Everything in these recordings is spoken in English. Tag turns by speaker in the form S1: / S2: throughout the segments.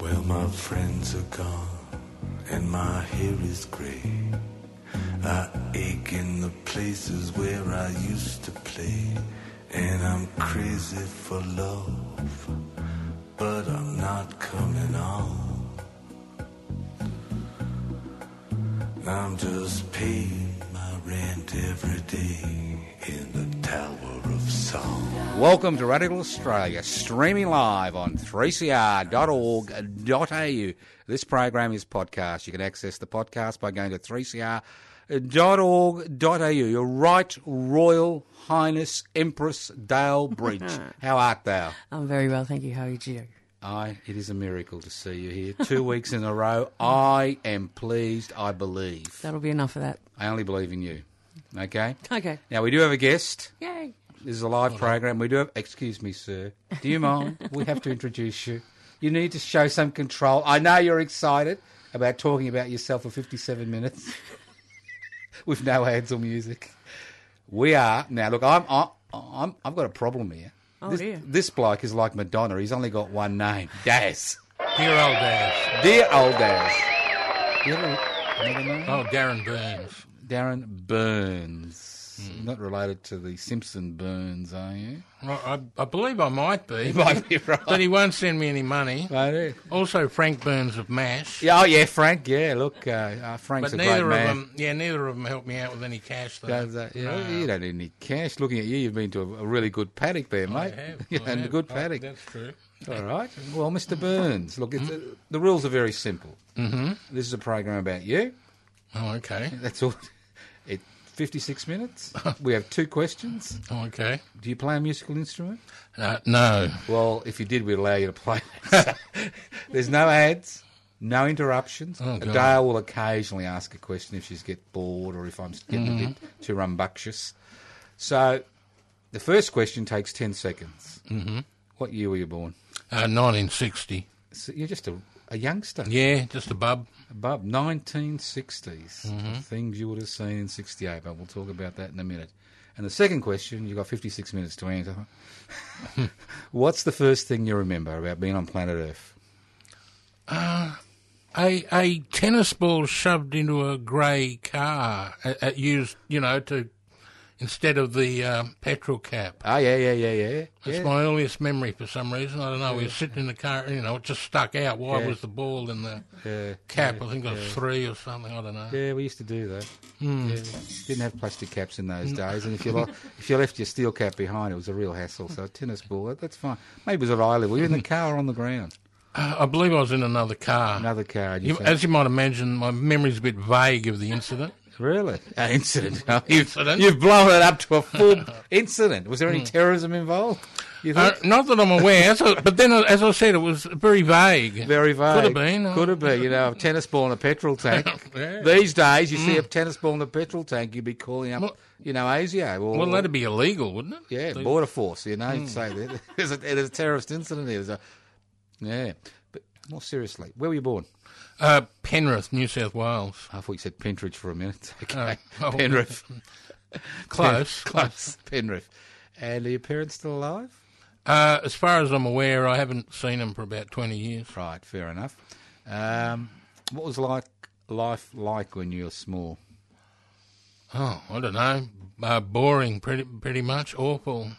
S1: Well, my friends are gone and my hair is grey. I ache in the places where I used to play. And I'm crazy for love, but I'm not coming on. I'm just paying my rent every day in the Tower of Song.
S2: Welcome to Radical Australia, streaming live on 3cr.org.au. This program is podcast. You can access the podcast by going to 3cr.org.au. Your right royal highness Empress Dale Bridge. How art thou?
S3: I'm very well, thank you. How are you?
S2: I it is a miracle to see you here. 2 weeks in a row. I am pleased, I believe.
S3: That'll be enough of that.
S2: I only believe in you. Okay?
S3: Okay.
S2: Now we do have a guest.
S3: Yay.
S2: This is a live program. We do have. Excuse me, sir. Do you mind? we have to introduce you. You need to show some control. I know you're excited about talking about yourself for 57 minutes with no ads or music. We are now. Look, I'm. I, I'm. I've got a problem here.
S3: Oh,
S2: this,
S3: dear.
S2: this bloke is like Madonna. He's only got one name. Daz.
S4: Dear old Daz.
S2: Dear old Daz. You ever, another name?
S4: Oh, Darren Burns.
S2: Darren Burns.
S3: Hmm.
S2: Not related to the Simpson Burns, are you?
S4: Well, I, I believe I might be,
S2: Might be right.
S4: but he won't send me any money.
S2: Right.
S4: Also, Frank Burns of MASH.
S2: Yeah, oh yeah, Frank. Yeah, look, uh, uh, Frank's
S4: But
S2: a great
S4: neither of
S2: man.
S4: them, yeah, neither of them helped me out with any cash though.
S2: Does that- you, know,
S4: No.
S2: you don't need any cash. Looking at you, you've been to a, a really good paddock there,
S4: I
S2: mate.
S4: have,
S2: yeah,
S4: I
S2: and a
S4: have. Mm-hmm.
S2: good
S4: Oh,
S2: paddock.
S4: that's true.
S2: All right. Well, Mr. Burns, look, it's, uh, the rules are very simple. Mm-hmm. This is a program about you.
S4: Oh, okay.
S2: That's all. It fifty-six minutes. we have two questions.
S4: Oh, okay.
S2: Do you play a musical instrument?
S4: Uh, no.
S2: Well, if you did, we'd allow you to play. So, There's no ads, no interruptions.
S4: Oh, God.
S2: Dale will occasionally ask a question if she's get bored or if I'm getting a bit
S4: Mm-hmm.
S2: too rambunctious. So, the first question takes ten seconds. Mm-hmm. What year were you born?
S4: Uh, 1960.
S2: So you're just a, a youngster,
S4: Yeah, just a bub.
S2: above 1960s.
S4: Mm-hmm.
S2: Things you would have seen in '68, but we'll talk about that in a minute. And the second question, you've got 56 minutes to answer. What's the first thing you remember about being on planet Earth?
S4: A, a tennis ball shoved into a grey car, uh, uh, used, you know, to instead of the uh, petrol cap.
S2: Oh yeah, yeah, yeah, yeah.
S4: That's
S2: yeah.
S4: my earliest memory for some reason. I don't know. We were sitting in the car, you know, it just stuck out. Why
S2: Yeah.
S4: was the ball in the
S2: yeah,
S4: cap? I think it was three or something. I don't know.
S2: uh, yeah, we used to do that. Yeah. Hmm. Mm. Didn't have plastic caps in those days, and if you lo- if you left your steel cap behind, it was a real hassle. So a tennis ball, that, that's fine. Maybe it was at eye level. You're in the car or on the ground.
S4: Uh, I believe I was in another car.
S2: Another car. And you
S4: You-
S2: think,
S4: as you might imagine, my memory's a bit vague of the incident.
S2: really? An incident. Oh, you've,
S4: Incident?
S2: You've blown it up to a full incident. Was there any terrorism involved? You
S4: Uh,
S2: think?
S4: not that I'm aware, so, but then, uh, as I said, it was very vague.
S2: Very vague.
S4: Could have been. uh,
S2: Could have been. You know, a tennis ball in a petrol tank.
S4: Yeah.
S2: These days, you see a tennis ball in a petrol tank, you'd be calling up,
S4: Well-
S2: you know, ASIO. Or,
S4: Well, that'd be illegal, wouldn't it?
S2: Yeah, border force. You know, you'd say that there's a, there's a terrorist incident here. There's a, yeah, but more seriously, where were you born?
S4: Uh, Penrith, New South Wales.
S2: I thought you said Pentridge for a minute. Okay,
S4: Oh, oh.
S2: Penrith,
S4: Close.
S2: Uh, close, Penrith. And are your parents still alive?
S4: Uh, as far as I'm aware, I haven't seen him for about 20 years.
S2: Right, fair enough. Um, what was like life like when you were small?
S4: Oh, I don't know. Uh, boring, pretty pretty much. Awful.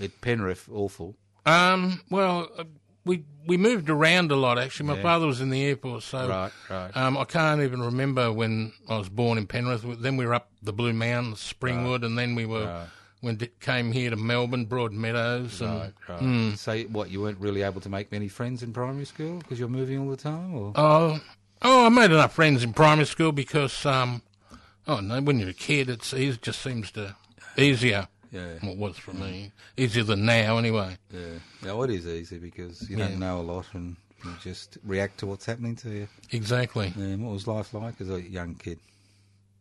S2: At Penrith, awful.
S4: Um, well, uh, we we moved around a lot actually. My father was in the Air Force, so
S2: Right, right.
S4: Um, I can't even remember when I was born in Penrith. Then we were up the Blue Mountains, Springwood, and then we were when it came here to Melbourne, Broadmeadows, and
S2: Right, right. So, what you weren't really able to make many friends in primary school because you're moving all the time, or
S4: Oh, oh, I made enough friends in primary school because, um, oh no, when you're a kid, it's easy, just seems to easier.
S2: Yeah.
S4: well, it was for me easier than now anyway.
S2: Oh, Yeah. No, it is easy because you don't know a lot and You just react to what's happening to you.
S4: Exactly.
S2: And Um, what was life like as a young kid?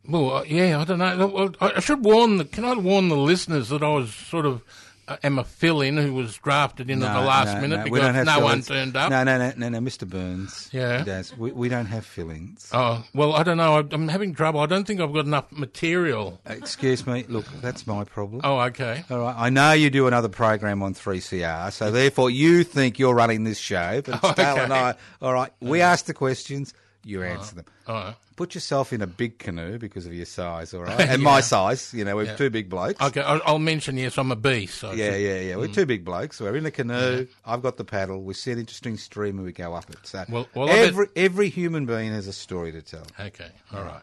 S4: Well, uh, yeah, I don't know. Well, I I should warn the. Can I warn the listeners that I was sort of uh, am a fill-in who was drafted in at the last minute
S2: we don't
S4: because
S2: have
S4: no one
S2: fillings.
S4: turned up.
S2: No, no, no, no, no, Mr. Burns.
S4: Yeah.
S2: Yes, we, we don't have fillings.
S4: Oh well, I don't know. I- I'm having trouble. I don't think I've got enough material.
S2: Excuse me. Look, that's my problem.
S4: Oh, okay.
S2: All right. I know you do another program on 3CR, so therefore you think you're running this show, but
S4: Oh,
S2: it's Dale and I. All right. We ask the questions, you
S4: Uh-huh.
S2: answer them.
S4: All right.
S2: Put yourself in a big canoe because of your size, all right? And my size, you know, we're two big blokes.
S4: Okay. I'll, I'll mention yes, I'm a bee. So
S2: Yeah, yeah, yeah.
S4: Mm.
S2: We're two big blokes. We're in the canoe. I've got the paddle. We see an interesting stream and we go up it. So
S4: Well- well, I bet-
S2: every every human being has a story to tell.
S4: Okay. All right.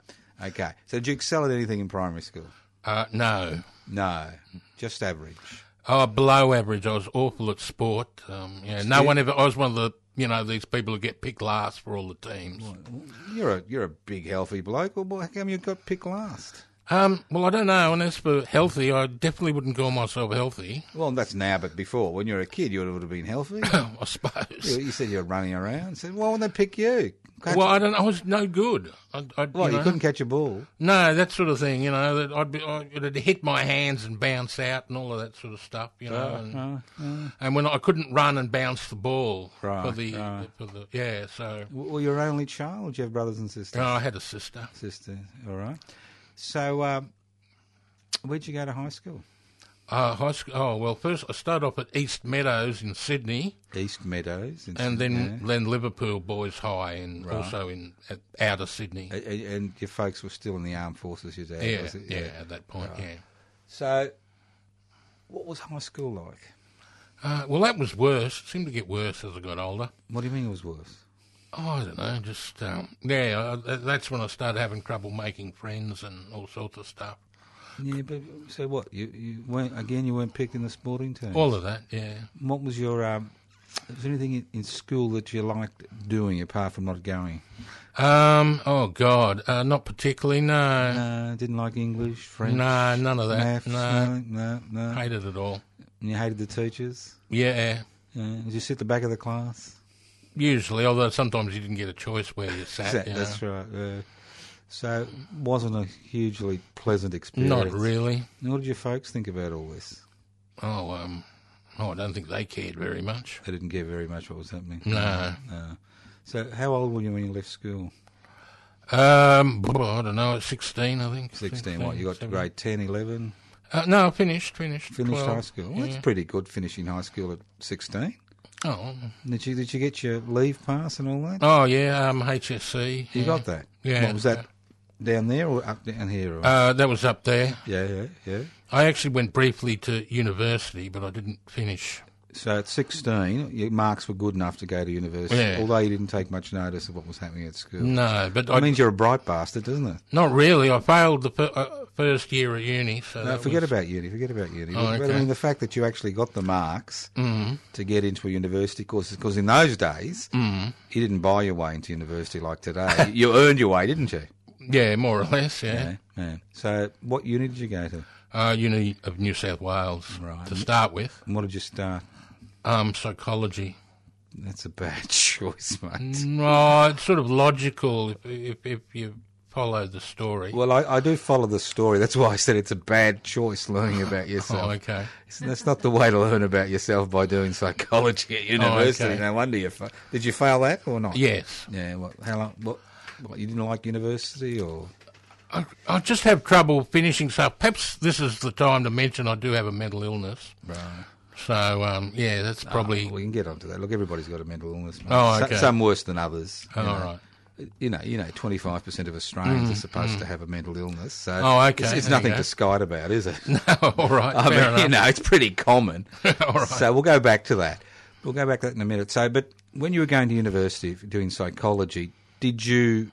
S2: Okay. So did you excel at anything in primary school?
S4: Uh, no.
S2: No, just average.
S4: Oh, below average. I was awful at sport. Um, yeah. No one ever. I was one of the you know these people who get picked last for all the teams.
S2: You're a you're a big healthy bloke. Well, how come you got picked last?
S4: Um, well, I don't know. And as for healthy, I definitely wouldn't call myself healthy.
S2: Well, that's now, but before when you were a kid, you would have been healthy.
S4: I suppose.
S2: you, you said you were running around. So why wouldn't they pick you? Catch-
S4: Well, I don't. I was no good. I, I,
S2: well, you
S4: know.
S2: couldn't catch a ball.
S4: No, that sort of thing. You know, that I'd be, I, it'd hit my hands and bounce out and all of that sort of stuff. You know,
S2: Uh,
S4: and, and when I couldn't run and bounce the ball for
S2: Right,
S4: the for the yeah. So
S2: Well, you're an only child. You have brothers and sisters.
S4: no, I had a sister.
S2: sister. All right. So, um, where'd you go to high school?
S4: Uh, high school. Oh well, first I started off at East Meadows in Sydney,
S2: East Meadows, in
S4: and then
S2: Sydney.
S4: then Liverpool Boys High, and also in at, outer Sydney.
S2: A- a- and your folks were still in the armed forces. Your dad,
S4: yeah,
S2: was it?
S4: yeah, At that point, yeah.
S2: So, what was high school like?
S4: Uh, well, that was worse. It seemed to get worse as I got older.
S2: What do you mean it was worse?
S4: Oh, I don't know. Just um, yeah, I, that's when I started having trouble making friends and all sorts of stuff.
S2: Yeah, but so what? You, you weren't again. You weren't picked in the sporting team.
S4: All of that, yeah.
S2: what was your? Um, was there anything in, in school that you liked doing apart from not going?
S4: Um. Oh God. Uh, not particularly. No.
S2: Uh, didn't like English,
S4: No.
S2: French,
S4: none of that.
S2: maths.
S4: no.
S2: no, no. no.
S4: Hated it all.
S2: And you hated the teachers.
S4: Yeah.
S2: Yeah. Did you sit at the back of the class?
S4: Usually, although sometimes you didn't get a choice where you sat.
S2: That-
S4: you
S2: that's
S4: know.
S2: right. Yeah. So, wasn't a hugely pleasant experience.
S4: Not really.
S2: And What did your folks think about all this?
S4: Oh. Um. Oh, I don't think they cared very much.
S2: They didn't care very much what was happening.
S4: No.
S2: No. So, how old were you when you left school?
S4: Um. I don't know. At sixteen, I think.
S2: 16. What? You got to
S4: 17.
S2: grade 10, 11,
S4: Uh, no, I finished. Finished.
S2: finished
S4: 12.
S2: high school. Well,
S4: yeah.
S2: That's pretty good finishing high school at 16.
S4: Oh.
S2: Did you, did you get your leave pass and all that?
S4: Oh yeah. Um. HSC.
S2: You got that?
S4: Yeah.
S2: What was that down there or up down here? Or?
S4: Uh, that was up there.
S2: yeah, yeah, yeah.
S4: I actually went briefly to university, but I didn't finish.
S2: So at 16, your marks were good enough to go to university,
S4: Yeah. Mm.
S2: although you didn't take much notice of what was happening at school.
S4: No, but I,
S2: That means you're a bright bastard, doesn't it?
S4: not really. I failed the fir- uh, first year at uni, so
S2: No,
S4: that
S2: forget
S4: was-
S2: about uni. Forget about uni.
S4: Oh,
S2: But I
S4: okay. Mm.
S2: mean, the fact that you actually got the marks to get into a university course, because in those days,
S4: Mm.
S2: you didn't buy your way into university like today. you earned your way, didn't you?
S4: yeah, more or less, yeah.
S2: Yeah. yeah. So, what uni did you go to?
S4: Uh, uni of New South Wales to start with.
S2: And what did you start?
S4: Um, psychology.
S2: That's a bad choice, mate.
S4: Mm. No, it's sort of logical if if, if you follow the story.
S2: Well, I, I do follow the story. That's why I said it's a bad choice learning about yourself.
S4: oh, okay.
S2: Isn't- That's not the way to learn about yourself by doing psychology at university.
S4: Oh, okay.
S2: No wonder you. Fa- Did you fail that or not?
S4: Yes,
S2: Yeah. What? How long? What? What? You didn't like university or?
S4: I, I just have trouble finishing stuff. Perhaps this is the time to mention I do have a mental illness.
S2: Right. Ah,
S4: So um, yeah, that's probably
S2: We can get onto that. Look, everybody's got a mental illness. mate.
S4: Oh,
S2: So-
S4: okay.
S2: some worse than others.
S4: oh,
S2: you
S4: all
S2: know.
S4: right. Mm,
S2: You know, you know, twenty five percent of Australians are supposed to have a mental illness. So
S4: Oh, okay,
S2: it's, it's
S4: there you
S2: nothing
S4: go.
S2: to skite about, is it?
S4: all right.
S2: I mean,
S4: fair
S2: you
S4: enough.
S2: know, it's pretty common.
S4: All right.
S2: So we'll go back to that. We'll go back to that in a minute. So, but when you were going to university for doing psychology, did you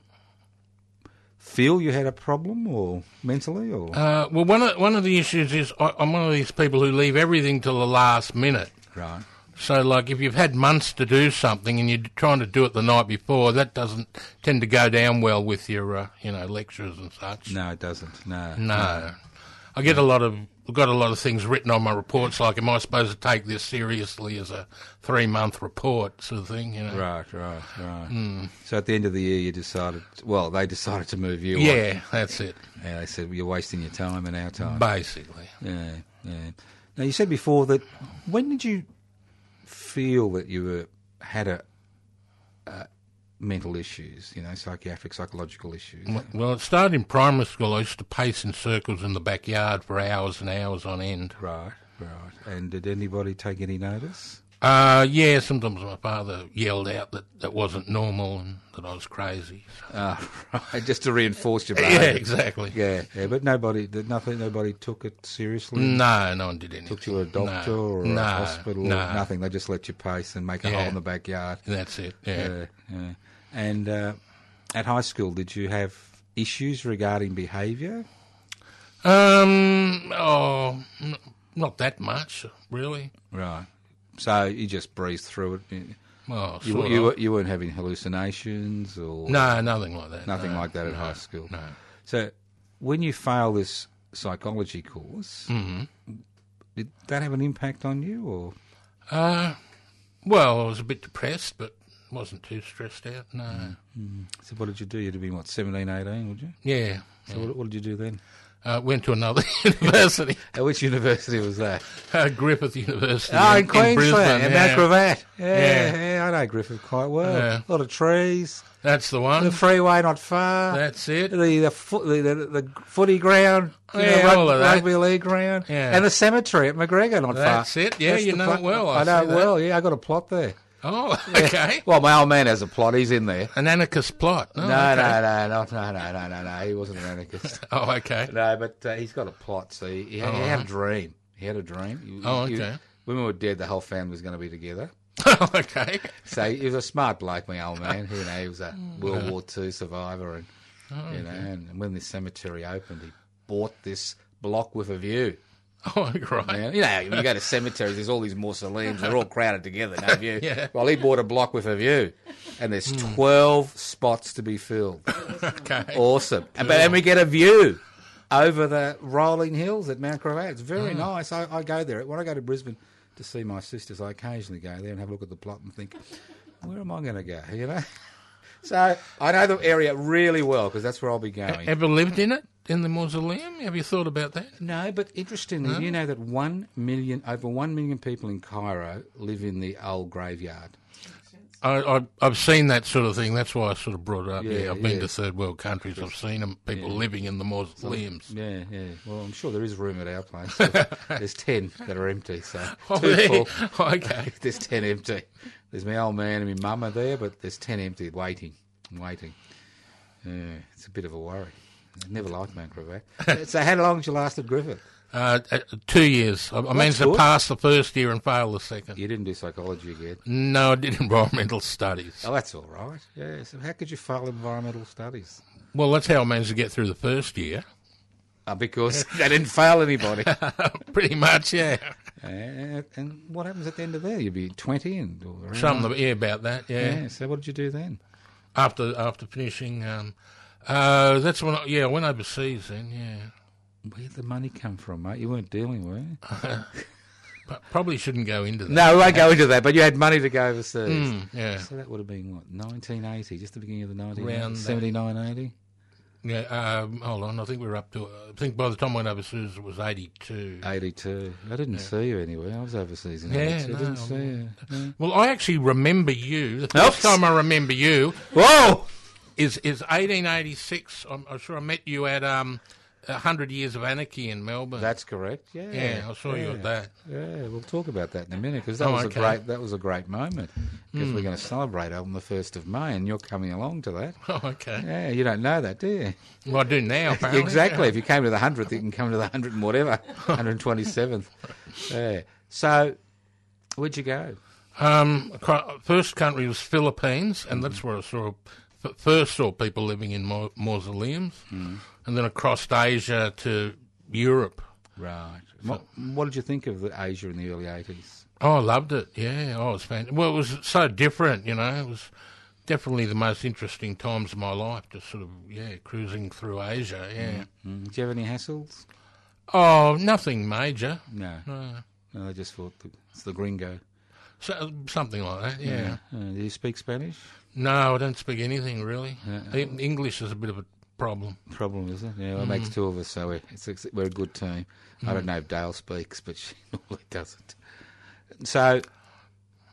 S2: feel you had a problem or mentally or?
S4: Uh, well, one of, one of the issues is I, I'm one of these people who leave everything till the last minute.
S2: right.
S4: So, like, if you've had months to do something and you're trying to do it the night before, that doesn't tend to go down well with your, uh, you know, lecturers and such.
S2: No, it doesn't. No.
S4: No. I get a lot of I've got a lot of things written on my reports, like, am I supposed to take this seriously as a three month report sort of thing, you know?
S2: Right, right, right.
S4: Mm.
S2: So at the end of the year, you decided. Well, they decided to move you. on.
S4: Yeah, that's it,
S2: and they said well, you're wasting your time and our time.
S4: basically.
S2: yeah, yeah. Now you said before that. When did you feel that you were had a, a mental issues? You know, psychiatric, psychological issues.
S4: Well, it started in primary school. I used to pace in circles in the backyard for hours and hours on end.
S2: Right, right. And did anybody take any notice?
S4: Uh, yeah, sometimes my father yelled out that that wasn't normal and that I was crazy.
S2: Ah, right. Just to reinforce your
S4: yeah,
S2: behaviour.
S4: exactly.
S2: Yeah, yeah, but nobody, did nothing, nobody took it seriously.
S4: No, no one did anything.
S2: Took you to a doctor
S4: No,
S2: or
S4: no,
S2: a hospital
S4: no.
S2: or nothing. They just let you pace and make a hole
S4: Yeah.
S2: in the backyard.
S4: That's it. Yeah.
S2: Yeah, yeah. And uh, at high school, did you have issues regarding behaviour?
S4: Um. Oh, n- not that much, really.
S2: Right. So you just breezed through it. You,
S4: Oh,
S2: you,
S4: sort
S2: you,
S4: of.
S2: were- you weren't having hallucinations or
S4: no, nothing like that.
S2: nothing
S4: no,
S2: like that at
S4: no,
S2: high school.
S4: No.
S2: So when you fail this psychology course, Mm-hmm. did that have an impact on you or?
S4: Uh, well, I was a bit depressed, but wasn't too stressed out. No.
S2: Mm. So what did you do? You'd have been, what, 17, 18, would you?
S4: Yeah.
S2: So what, what did you do then?
S4: Uh, went to another university,
S2: At which university was that?
S4: uh, Griffith University.
S2: Oh, in Queensland,
S4: Brisbane,
S2: in
S4: yeah.
S2: Mount Gravatt. Yeah,
S4: Yeah.
S2: yeah, I know Griffith quite well.
S4: Yeah.
S2: A lot of trees,
S4: That's the
S2: the
S4: one.
S2: freeway not far,
S4: That's it.
S2: the the, foot, the, the the footy ground, you
S4: Yeah,
S2: know, rug-
S4: all of that.
S2: rugby league ground,
S4: Yeah.
S2: and the cemetery at McGregor not far.
S4: That's it. Yeah, you
S2: the
S4: know
S2: pla-
S4: it well. I
S2: I, know
S4: see
S2: it
S4: that.
S2: well. Yeah, I got a plot there.
S4: Oh, okay.
S2: Well, my old man has a plot. He's in there.
S4: An anarchist plot. Oh,
S2: No,
S4: okay.
S2: no, no, not- no, no, no, no, no. He wasn't an anarchist.
S4: Oh, okay.
S2: No, but uh, he's got a plot. So he, he, had- he had a dream. He had a dream. He-
S4: Oh,
S2: he-
S4: okay.
S2: when we were dead, the whole family was going to be together.
S4: Oh, okay.
S2: So he was a smart bloke, my old man. You know, he was a World War II survivor, and you know, and, and when this cemetery opened, he bought this block with a view.
S4: Oh, right.
S2: You know, how when you go to cemeteries, there's all these mausoleums. They're all crowded together, no view.
S4: Yeah.
S2: Well, he bought a block with a view, and there's 12 spots to be filled.
S4: Okay.
S2: Awesome. And, but then we get a view over the rolling hills at Mount Gravatt. It's very nice. I, I go there. When I go to Brisbane to see my sisters, I occasionally go there and have a look at the plot and think, where am I going to go? You know? So I know the area really well because that's where I'll be going.
S4: Ever lived in it? In the mausoleum? Have you thought about that?
S2: No, but interestingly, you know that one million, over one million people in Cairo live in the old graveyard.
S4: I, I, I've seen that sort of thing. That's why I sort of brought it up. Yeah,
S2: Yeah,
S4: I've been
S2: yeah.
S4: to third world countries. I've seen 'em, people living in the mausoleums.
S2: Yeah, yeah. Well, I'm sure there is room at our place. There's ten that are empty, so
S4: Oh,
S2: two
S4: really?
S2: full.
S4: okay.
S2: there's ten empty. There's my old man and my mum are there, but there's ten empty waiting, waiting. Yeah, it's a bit of a worry. I never liked Mount Gravatt. so how long did you last at Griffith?
S4: Uh, uh, two years. I, I managed to
S2: good.
S4: pass the first year and fail the second.
S2: You didn't do psychology again.
S4: No, I did environmental studies.
S2: Oh, that's all right. Yeah. So how could you fail environmental studies?
S4: Well, that's how I managed to get through the first year.
S2: Uh, because they didn't fail anybody.
S4: Pretty much, yeah.
S2: and, and what happens at the end of there? You'd be twenty and or around
S4: Something yeah, about that, yeah.
S2: Yeah. So what did you do then?
S4: After after finishing, um, uh, that's when I, yeah I went overseas then, yeah.
S2: Where'd the money come from, mate? You weren't dealing, were you?
S4: But probably shouldn't go into that.
S2: No, we won't go into that, but you had money to go overseas.
S4: Mm, yeah,
S2: So that would have been what, 1980, just the beginning of the 1980s?
S4: Round that.
S2: 79, 80?
S4: yeah. Um, hold on, I think we were up to. I think by the time I went overseas, it was eighty-two.
S2: 82. I didn't see you anywhere. I was overseas in
S4: Yeah,
S2: 82. I didn't
S4: no,
S2: see you. Yeah.
S4: Well, I actually remember you. The first
S2: Oops.
S4: time I remember you
S2: Whoa!
S4: is is eighteen eighty-six. I'm, I'm sure I met you at um, hundred years of anarchy in Melbourne.
S2: That's correct. Yeah.
S4: yeah, I saw you at that.
S2: Yeah, we'll talk about that in a minute because that
S4: Oh,
S2: was
S4: okay. Hmm.
S2: a great that was a great moment because we're going to celebrate on the first of May and you're coming along to that.
S4: Oh, okay.
S2: Yeah, you don't know that, do you?
S4: Well, I do now. Apparently.
S2: Exactly. If you came to the hundredth, you can come to the hundred and whatever, hundred twenty seventh. Yeah. So, where'd you go?
S4: Um, cri- first country was Philippines, and that's where I saw f- first saw people living in mau- mausoleums, and then across Asia to Europe.
S2: Right. What, what did you think of the Asia in the early eighties?
S4: Oh, I loved it. Yeah, oh, it was fantastic. Well, it was so different, you know. It was definitely the most interesting times of my life, just sort of yeah, cruising through Asia. Yeah.
S2: Mm. Do you have any hassles?
S4: Oh, nothing major.
S2: No.
S4: No.
S2: no I just thought that it's the gringo.
S4: So, something like that, yeah.
S2: Uh, do you speak Spanish?
S4: No, I don't speak anything really. E- English is a bit of a problem.
S2: Problem, is it? Mm. Yeah, well, it makes two of us, so we're, it's, it's- we're a good team. I don't know if Dale speaks, but she normally doesn't. So,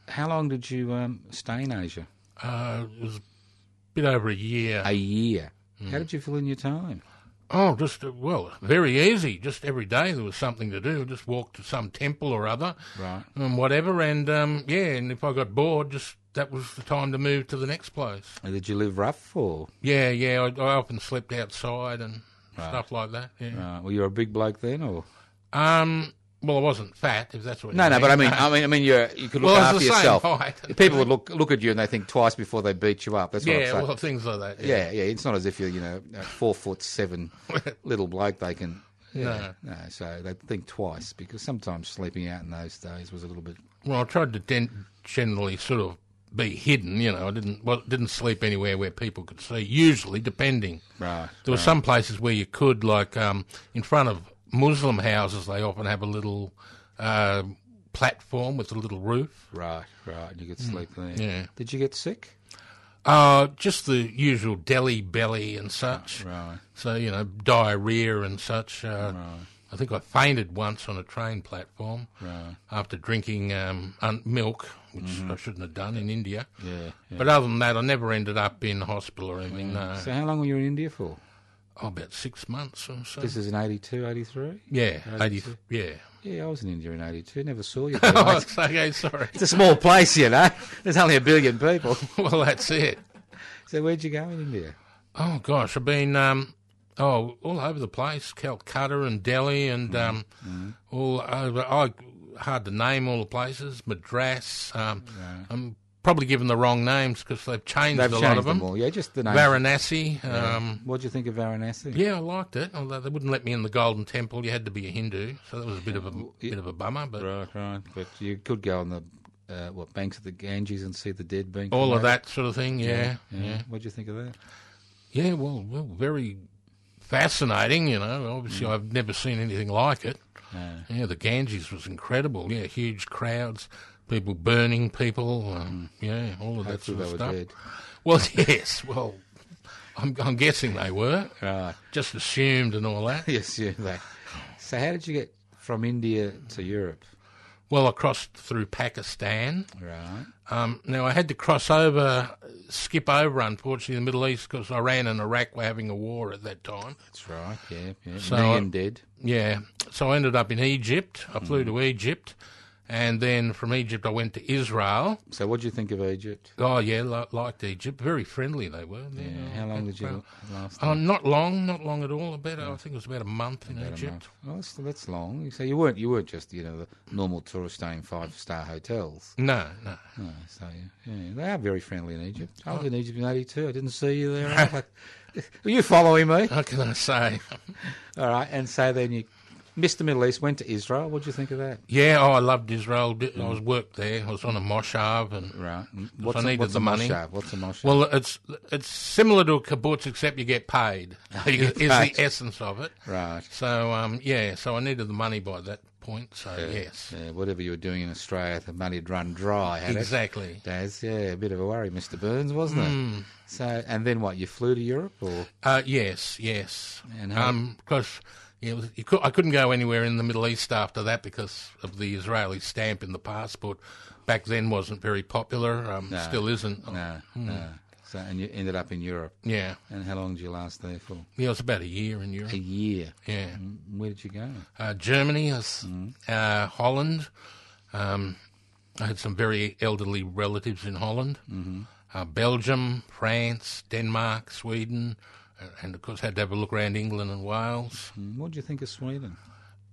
S2: how long did you um, stay in Asia?
S4: Uh, it was a bit over a year.
S2: A year. How did you fill in your time?
S4: Oh, just uh, well, very easy. Just every day there was something to do. Just walk to some temple or other,
S2: Right.
S4: and whatever. And um, yeah, and if I got bored, just that was the time to move to the next place.
S2: And did you live rough or?
S4: Yeah, yeah. I, I often slept outside and stuff like that. Yeah.
S2: Uh, well, you're a big bloke then, or
S4: Um. Well, I wasn't fat, if that's what.
S2: no,
S4: you
S2: no. But I mean, I mean, I mean, you you could look
S4: Well, I
S2: after
S4: was the same
S2: yourself.
S4: height.
S2: People would look look at you and they think twice before they beat you up. That's what I'm
S4: yeah.
S2: saying.
S4: Well, things like that.
S2: yeah, yeah. It's not as if you're you know a four foot seven little bloke. They can yeah, no. So they think twice because sometimes sleeping out in those days was a little bit.
S4: Well, I tried to den- generally sort of be hidden. You know, I didn't well didn't sleep anywhere where people could see. Usually, depending.
S2: Right.
S4: There were some places where you could, like um, in front of Muslim houses, they often have a little uh, platform with a little roof.
S2: Right, right. You could sleep there.
S4: Yeah.
S2: Did you get sick?
S4: Uh, just the usual deli belly and such.
S2: Ah, Right.
S4: So, you know, diarrhea and such. Uh, I think I fainted once on a train platform after drinking um, un- milk, which I shouldn't have done in India.
S2: Mm-hmm. Yeah.
S4: But other than that, I never ended up in hospital or anything. No.
S2: So how long were you in India for?
S4: Oh, about six months or so.
S2: This is in 82, 83?
S4: yeah, 80, yeah.
S2: Yeah, I was in India in 82. Never saw you.
S4: Oh,
S2: mate.
S4: it's okay, sorry.
S2: it's a small place, you know. There's only a billion people.
S4: well, that's it.
S2: So where'd you go in India?
S4: Oh gosh, I've been um, oh all over the place, Calcutta and Delhi and
S2: Mm,
S4: um, all over. I hard to name all the places. Madras. Um, I'm probably giving the wrong names because they've changed
S2: They've
S4: a
S2: changed
S4: lot of
S2: them.
S4: them.
S2: all. Yeah, just the name.
S4: Varanasi. Um,
S2: What'd you think of Varanasi?
S4: yeah, I liked it. Although they wouldn't let me in the Golden Temple, you had to be a Hindu, so that was a bit of a bit of a bummer. But
S2: Right, right. But you could go on the uh, what banks of the Ganges and see the dead being.
S4: all of
S2: cremated.
S4: that sort of thing. Yeah, yeah. yeah.
S2: What'd you think of that?
S4: Yeah, well, well, very fascinating. You know,
S2: Mm.
S4: obviously I've never seen anything like it. Yeah, the Ganges was incredible. Yeah, huge crowds, people burning people. Um, Yeah, all of that
S2: Mm. Hopefully
S4: sort of
S2: they were
S4: stuff.
S2: dead.
S4: Well, yes. Well, I'm, I'm guessing they were.
S2: Right.
S4: Just assumed and all that.
S2: Yes, yeah. They. So how did you get from India to Europe?
S4: Well, I crossed through Pakistan.
S2: Right.
S4: Um, now I had to cross over, skip over, unfortunately, the Middle East because Iran and Iraq were having a war at that time.
S2: That's right. Yeah. yeah.
S4: So-
S2: Million dead.
S4: Yeah. So I ended up in Egypt. I flew
S2: Mm.
S4: to Egypt. And then from Egypt, I went to Israel.
S2: So what do you think of Egypt?
S4: Oh, yeah, li- liked Egypt. Very friendly they were. Oh, Yeah.
S2: Yeah. How long did you last?
S4: Oh, not long, not long at all. About I think it was about a month in Egypt.
S2: Well, that's, that's long. So you weren't you weren't just you know the normal tourist staying five star hotels.
S4: No, no.
S2: No, so yeah, yeah, they are very friendly in Egypt. I was
S4: Oh.
S2: in Egypt in '82. I didn't see you there. I was like, Are you following me?
S4: How can I say?
S2: All right, and so then you missed the Middle East, went to Israel. What do you think of that?
S4: Yeah, oh, I loved Israel. Di- I was worked there. I was on a moshav and
S2: Hmm. Right,
S4: I needed
S2: what's
S4: the
S2: a
S4: money.
S2: Moshav? What's a moshav?
S4: Well, it's it's similar to a kibbutz except you get paid. You get- Is the
S2: paid.
S4: essence of it.
S2: right.
S4: So um, yeah, so I needed the money by that point. So yes,
S2: Yeah, whatever you were doing in Australia, the money had run dry, had it?
S4: exactly.
S2: Daz, yeah, a bit of a worry, Mr. Burns, wasn't
S4: Hmm.
S2: it? So, and then what? You flew to Europe, or
S4: Uh, yes, yes.
S2: And how-
S4: Um 'cause it was, you cou- I couldn't go anywhere in the Middle East after that because of the Israeli stamp in the passport. Back then wasn't very popular. Um, Still isn't.
S2: no,
S4: hmm.
S2: no. So, and you ended up in Europe.
S4: Yeah.
S2: And how long did you last there for?
S4: Yeah, it was about a year in
S2: A
S4: Europe.
S2: year.
S4: Yeah.
S2: Where did you go?
S4: Uh, Germany, I s-
S2: Mm-hmm.
S4: uh, Holland. Um, I had some very elderly relatives in Holland. Mm-hmm. Uh, Belgium, France, Denmark, Sweden, uh, and of course had to have a look around England and Wales.
S2: What do Hmm, you think of Sweden?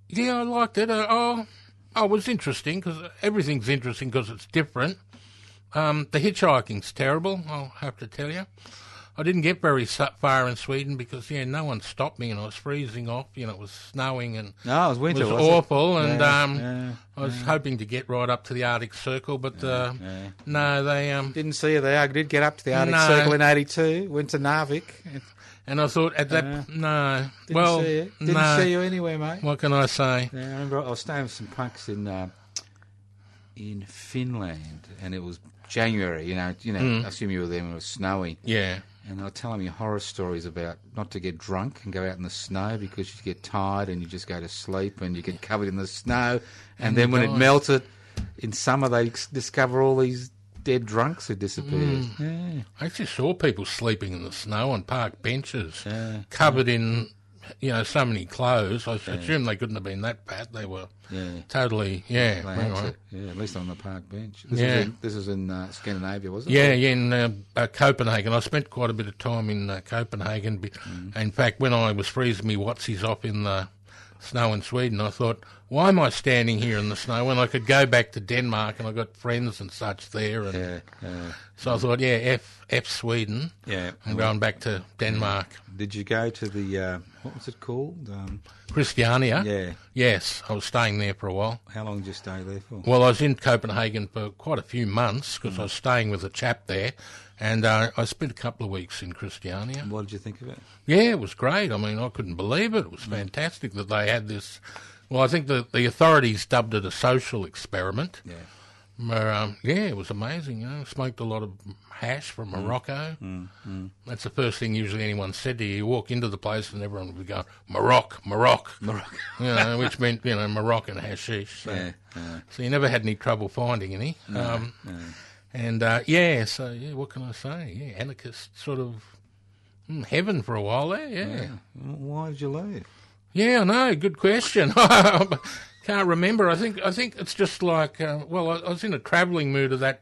S4: Yeah, I liked it. Uh, oh, oh, it was interesting because everything's interesting because it's different. Um, the hitchhiking's terrible, I'll have to tell you. I didn't get very su- far in Sweden because yeah, no one stopped me, and I was freezing off. You know, it was snowing and
S2: No, it was winter.
S4: was
S2: wasn't it?
S4: awful, and
S2: Yeah,
S4: um,
S2: yeah,
S4: I was hoping to get right up to the Arctic Circle, but uh,
S2: yeah.
S4: no, they um,
S2: Didn't see her there. I did get up to the Arctic
S4: No.
S2: Circle in '82. Went to Narvik. Didn't
S4: and I thought at that
S2: Yeah.
S4: no, well,
S2: see you. Uh, Didn't
S4: no,
S2: see you anywhere, mate.
S4: what can I say?
S2: Yeah, I remember I was staying with some punks in uh, in Finland, and it was January. You know, you know.
S4: Mm.
S2: I assume you were there when it was snowy.
S4: Yeah,
S2: And they were telling me horror stories about not to get drunk and go out in the snow because you get tired and you just go to sleep and you get covered in the snow. And, then when it
S4: die.
S2: melted in summer, they s- discover all these dead drunks who disappeared. Yeah.
S4: I actually saw people sleeping in the snow on park benches,
S2: Yeah.
S4: covered in you know so many clothes. I assume they couldn't have been that fat. They were
S2: Yeah.
S4: totally yeah.
S2: They had
S4: anyway.
S2: to. Yeah, at least on the park bench. This
S4: Yeah.
S2: was in, this was in uh, Scandinavia, was it?
S4: Yeah, yeah, in uh, uh, Copenhagen. I spent quite a bit of time in uh, Copenhagen. Be-
S2: Mm.
S4: In fact, when I was freezing me watsies off in the snow in Sweden, I thought, why am I standing here in the snow when I could go back to Denmark and I got friends and such there? And
S2: Yeah, yeah,
S4: so I thought, yeah, F, F Sweden.
S2: yeah.
S4: I'm going back to Denmark.
S2: Did you go to the uh, what was it called? Um,
S4: Christiania?
S2: yeah.
S4: Yes, I was staying there for a while.
S2: How long did you stay there for?
S4: Well, I was in Copenhagen for quite a few months because I was staying with a chap there, and uh, I spent a couple of weeks in Christiania.
S2: What did you think of it?
S4: Yeah, it was great. I mean, I couldn't believe it. It was fantastic that they had this. Well, I think the the authorities dubbed it a social experiment.
S2: Yeah.
S4: But, um, yeah, it was amazing. You know, smoked a lot of hash from Morocco. Mm. That's the first thing usually anyone said to you. You walk into the place and everyone would be going Morocco, Morocco, Morocco. you know, which meant you know Moroccan hashish. So,
S2: Yeah, yeah.
S4: so you never had any trouble finding any. um, And uh, yeah, so yeah, what can I say? Yeah, anarchist sort of mm, heaven for a while there. yeah.
S2: Why did you leave?
S4: Yeah, I know. Good question. Can't remember. I think I think it's just like uh, well, I, I was in a travelling mood at that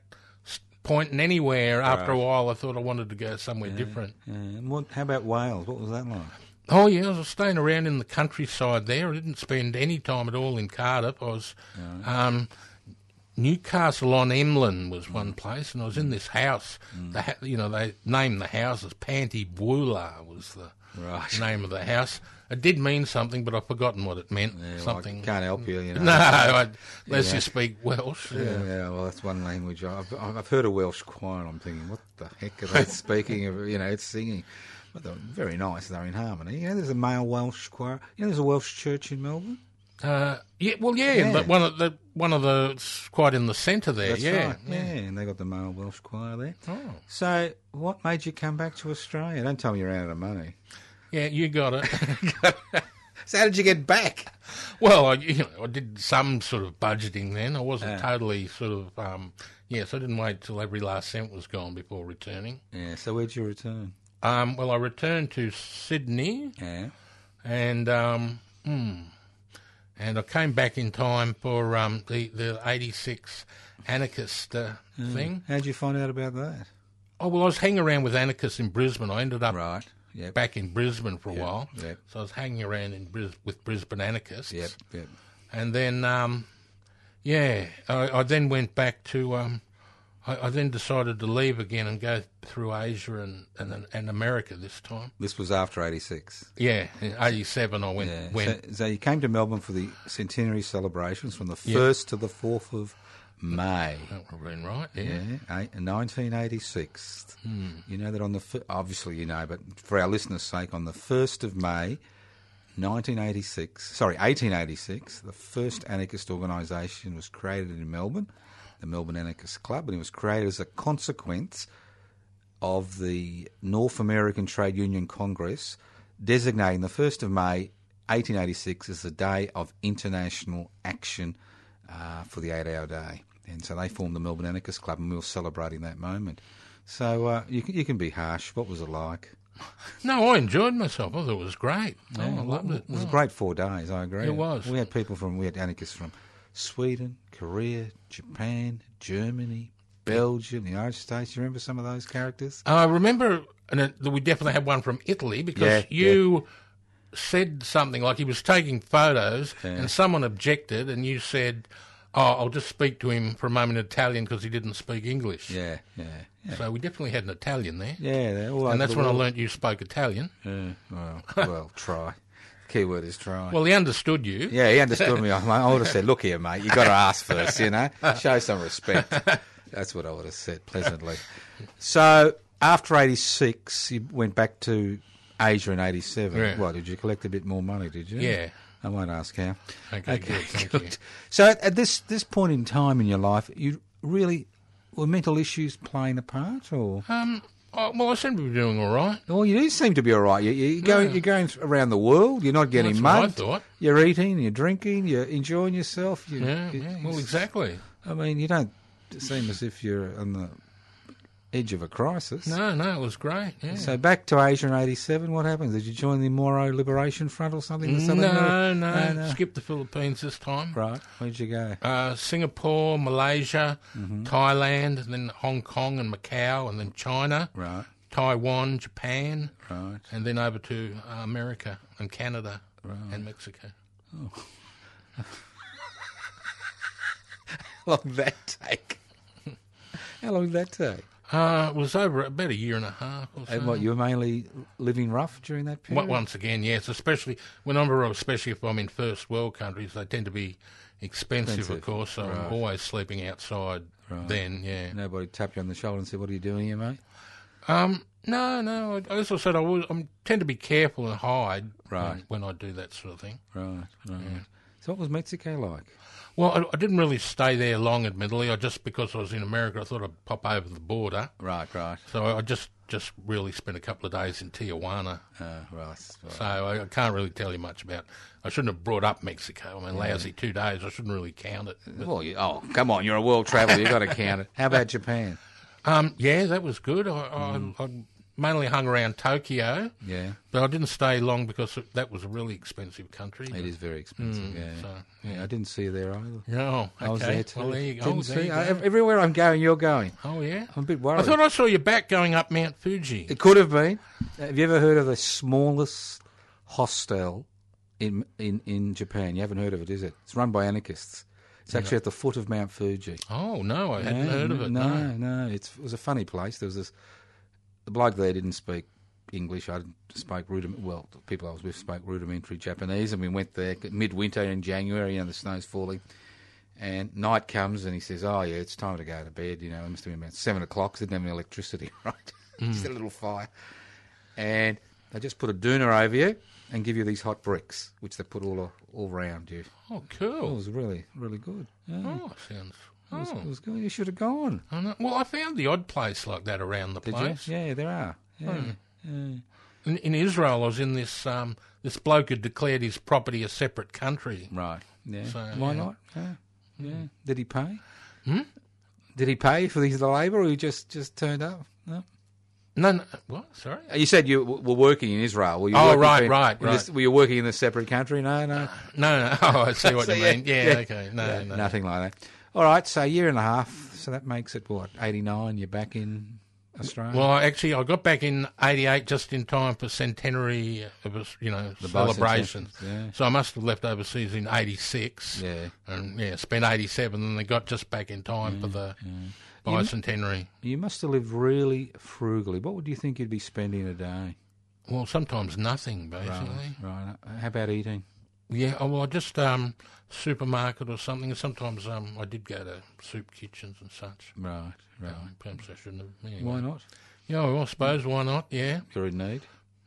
S4: s- point, and anywhere after a while, I thought I wanted to go somewhere different.
S2: Uh, and what, how about Wales? What was that like?
S4: Oh yeah, I was staying around in the countryside there. I didn't spend any time at all in Cardiff. I was um, Newcastle on Emlyn was one place, and I was in this house.
S2: Mm.
S4: The ha- you know they named the houses Panty Boola was the
S2: Right.
S4: name of the house. It did mean something, but I've forgotten what it meant.
S2: Yeah, well, I
S4: something
S2: can't help you, you know.
S4: No, I, unless
S2: Yeah.
S4: you speak Welsh. Yeah.
S2: Yeah, yeah, well, that's one language. I've, I've I've heard a Welsh choir and I'm thinking, what the heck are they speaking of? You know, it's singing. But they're very nice, they're in harmony. You know, there's a male Welsh choir. You know, there's a Welsh church in Melbourne.
S4: Uh, yeah, well, yeah,
S2: Yeah.
S4: But one of the one of the it's quite in the centre there.
S2: That's
S4: yeah,
S2: right. Yeah. and they got the male Welsh choir there.
S4: Oh.
S2: So, what made you come back to Australia? Don't tell me you're out of money.
S4: yeah, you got it.
S2: So, how did you get back?
S4: Well, I, you know, I did some sort of budgeting then. I wasn't
S2: Ah.
S4: totally sort of, um, yes, I didn't wait till every last cent was gone before returning.
S2: Yeah. So, where'd you return?
S4: Um, well, I returned to Sydney
S2: Yeah.
S4: and um, hmm, and I came back in time for um, the, the 86 anarchist uh,
S2: Hmm.
S4: thing.
S2: How'd you find out about that?
S4: Oh, well, I was hanging around with anarchists in Brisbane. I ended up
S2: Right. Yep.
S4: back in Brisbane for a while.
S2: yep.
S4: So I was hanging around in Bris- with Brisbane anarchists.
S2: Yep. Yep.
S4: And then, um, yeah, I, I then went back to. Um, I, I then decided to leave again and go through Asia and, and, and America this time.
S2: This was after '86.
S4: Yeah, in 87 I went.
S2: Yeah.
S4: went.
S2: So, so you came to Melbourne for the centenary celebrations from the first to the fourth of May.
S4: that would have been right, yeah.
S2: Yeah, eight- 1986. You know that on the fir- obviously you know, but for our listeners' sake, on the first of May, 1986. Sorry, 1886. The first anarchist organisation was created in Melbourne, the Melbourne Anarchist Club, and it was created as a consequence of the North American Trade Union Congress designating the 1st of May 1886 as the Day of International Action uh, for the eight hour day. And so they formed the Melbourne Anarchist Club and we were celebrating that moment. So uh, you, can, you can be harsh. What was it like?
S4: No, I enjoyed myself. I thought it was great. oh, I loved it.
S2: It was a great four days, I agree.
S4: It was.
S2: We had people from, we had anarchists from Sweden, Korea, Japan, Germany, Belgium, the United States. You remember some of those characters?
S4: I remember, and it, we definitely had one from Italy
S2: Yeah,
S4: because you said something like he was taking photos, and someone objected, and you said, "Oh, I'll just speak to him for a moment in Italian because he didn't speak English."
S2: Yeah, yeah,
S4: So we definitely had an Italian there.
S2: Yeah, they're all over
S4: and that's
S2: the
S4: when I
S2: world.
S4: learnt you spoke Italian.
S2: Yeah, well, well, try. Key word is try.
S4: Well, he understood you.
S2: yeah, he understood me. I would have said, "Look here, mate. You got to ask first, you know. Show some respect." That's what I would have said pleasantly. So after '86, you went back to Asia in '87.
S4: Yeah.
S2: Well, did you collect a bit more money? Did you?
S4: Yeah.
S2: I won't ask how.
S4: Okay, good, thank you.
S2: So at, at this this point in time in your life, you really were mental issues playing a part, or?
S4: Um, oh, well, I seem to be doing all right.
S2: Well, Oh, you do seem to be all right. You, you- you're, going, you're going around the world. You're not getting
S4: That's what I
S2: mugged.
S4: thought.
S2: You're eating. You're drinking. You're enjoying yourself. You,
S4: Yeah,
S2: you-
S4: yeah, well, exactly.
S2: I mean, you don't seem as if you're on the edge of a crisis.
S4: No, no, it was great. Yeah.
S2: So back to Asia in '87. What happens? Did you join the Moro Liberation Front or something? in
S4: no,
S2: Southern
S4: no,
S2: America?
S4: skip the Philippines this time.
S2: Right. Where'd you go?
S4: Uh, Singapore, Malaysia,
S2: Mm-hmm.
S4: Thailand, and then Hong Kong and Macau, and then China,
S2: Right.
S4: Taiwan, Japan,
S2: Right.
S4: and then over to uh, America and Canada and Mexico.
S2: How long did that take? How long did that take?
S4: Uh, it was over about a year and a half or so.
S2: And what you were mainly living rough during that
S4: Wa-
S2: period.
S4: Once again, yes, especially when I'm abroad, especially if I'm in first world countries, they tend to be expensive,
S2: Expensive,
S4: of course. So I'm always sleeping outside. Then, yeah.
S2: Nobody tapped you on the shoulder and said, "What are you doing here, mate?"
S4: Um, no, no. I- As I said, I always, I'm, tend to be careful and hide
S2: Right.
S4: when, when I do that sort of thing.
S2: Right, right. So what was Mexico like?
S4: Well, I, I didn't really stay there long, admittedly. I just because I was in America, I thought I'd pop over the border.
S2: Right, right.
S4: So I I just just really spent a couple of days in Tijuana.
S2: Uh, right,
S4: So I, I can't really tell you much about. I shouldn't have brought up Mexico. I mean, lousy two days. I shouldn't really count it. But,
S2: Well, you, oh, come on, you're a world traveller, you've got to count it. How about Japan?
S4: um, yeah, that was good. I, I, I mainly hung around Tokyo,
S2: Mm. Yeah,
S4: but I didn't stay long because that was a really expensive country.
S2: it is very expensive. yeah.
S4: so,
S2: Mm, yeah, I didn't see you there either.
S4: No, Oh, okay.
S2: I was there too.
S4: Well, there you go.
S2: Didn't
S4: Oh, there
S2: see.
S4: you
S2: I-
S4: go.
S2: ev- everywhere I'm going, you're going.
S4: Oh, yeah.
S2: I'm a bit
S4: I
S2: worried.
S4: thought I saw your back going up Mount Fuji.
S2: It could have been. Have you ever heard of the smallest hostel in in in Japan? You haven't heard of it, is it? It's run by anarchists. It's actually at the foot of Mount Fuji.
S4: Oh no, I hadn't
S2: No,
S4: heard of it. No.
S2: No, no, it's, it was a funny place. There was this the bloke there didn't speak English. I didn't spoke rudim Well, the people I was with spoke rudimentary Japanese, and we went there midwinter in January. You know, the snow's falling, and night comes, and he says, "Oh yeah, it's time to go to bed." You know, it must have been about seven o'clock. 'cause They didn't have any electricity, right? Just a little fire, and they just put a doona over you and give you these hot bricks, which they put all all round you.
S4: Oh,
S2: It
S4: cool.
S2: was really, really good. Yeah,
S4: Oh, sounds.
S2: it, was, it
S4: Oh.
S2: was good. You should have gone.
S4: I know. Well, I found the odd place like that around the
S2: Did
S4: place.
S2: you? Yeah, there are.
S4: Hmm.
S2: Yeah.
S4: In, in Israel, I was in this. Um, this bloke had declared his property a separate country.
S2: Right. Yeah.
S4: So,
S2: Why
S4: yeah. Hmm.
S2: not? Yeah. yeah. Did he pay? Did he pay for these labour, or he just just turned up? No.
S4: No, no what? Sorry.
S2: Uh, You said you w- were working in Israel. Were you
S4: Oh,
S2: working
S4: right,
S2: in-
S4: right,
S2: in this-
S4: right.
S2: were you working in a separate country? No, no,
S4: No, no. Oh, I see what
S2: So,
S4: you
S2: yeah,
S4: mean. Yeah.
S2: yeah.
S4: Okay. No,
S2: Yeah,
S4: no.
S2: nothing like that. All right, so a year and a half. So that makes it what eighty nine. You're back in Australia.
S4: Well, I- actually, I got back in '88 just in time for centenary of us- you know celebrations.
S2: bicentennial, yeah.
S4: So I must have left overseas in '86.
S2: Yeah.
S4: And yeah, spent '87, and they got just back in time
S2: Mm,
S4: for the bicentenary.
S2: you must have lived really frugally. What would you think you'd be spending a day?
S4: Well, sometimes nothing basically.
S2: Right. How about eating?
S4: Yeah. Oh, well, just um, supermarket or something. Sometimes um, I did go to soup kitchens and such.
S2: Right. Right.
S4: Um, perhaps I shouldn't have. Anyway.
S2: Why not?
S4: Yeah. Well, I suppose why not? Yeah.
S2: You're in need.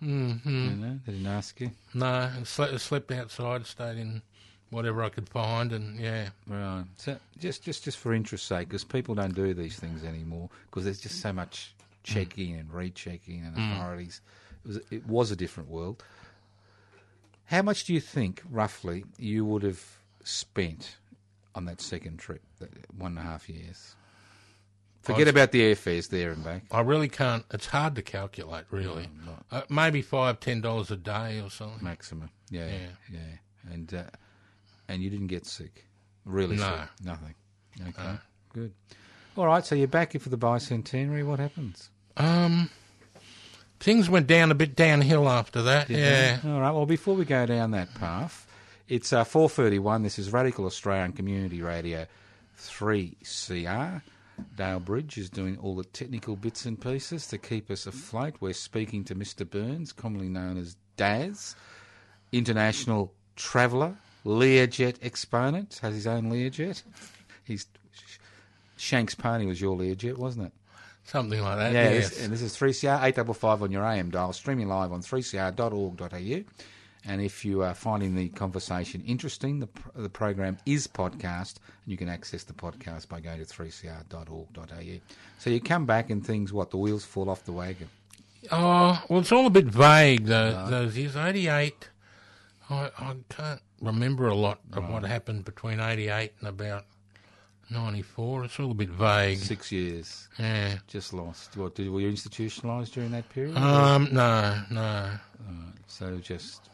S4: Mm-hmm.
S2: You know, they didn't ask you.
S4: No, and sle- slept outside, stayed in whatever I could find, and yeah.
S2: Right. So just just just for interest's sake, because people don't do these things anymore, because there's just so much checking and rechecking and authorities. It was it was a different world. How much do you think roughly you would have spent on that second trip, that one and a half years? Forget about the airfares there and back.
S4: I really can't. It's hard to calculate, really. uh, maybe five, ten dollars a day or something.
S2: Maximum. Yeah. Yeah.
S4: Yeah.
S2: And uh, and you didn't get sick. Really
S4: No.
S2: sick. Nothing. Okay. Good. All right, so you're back here for the bicentenary. What happens?
S4: Um, things went down a bit downhill after that. yeah.
S2: All right. Well, before we go down that path, it's uh, 4:31. This is Radical Australian Community Radio 3CR. Dale Bridge is doing all the technical bits and pieces to keep us afloat. We're speaking to Mr. Burns, commonly known as Daz, international traveller, Learjet exponent, has his own Learjet. He's Shanks Parney was your Learjet, wasn't it?
S4: Something like that.
S2: Yeah,
S4: yes.
S2: this- and this is 3CR 855 on your AM dial, streaming live on 3cr.org.au. And if you are finding the conversation interesting, the, pr- the program is podcast, and you can access the podcast by going to 3cr.org.au. So you come back and things, what, the wheels fall off the wagon.
S4: Oh, well, it's all a bit vague, though, those years. 88, I, I can't remember a lot of what happened between 88 and about 94. It's all a bit vague.
S2: Six years,
S4: Yeah.
S2: just lost. What, did, were you institutionalised during that period?
S4: Um, no, no.
S2: so just,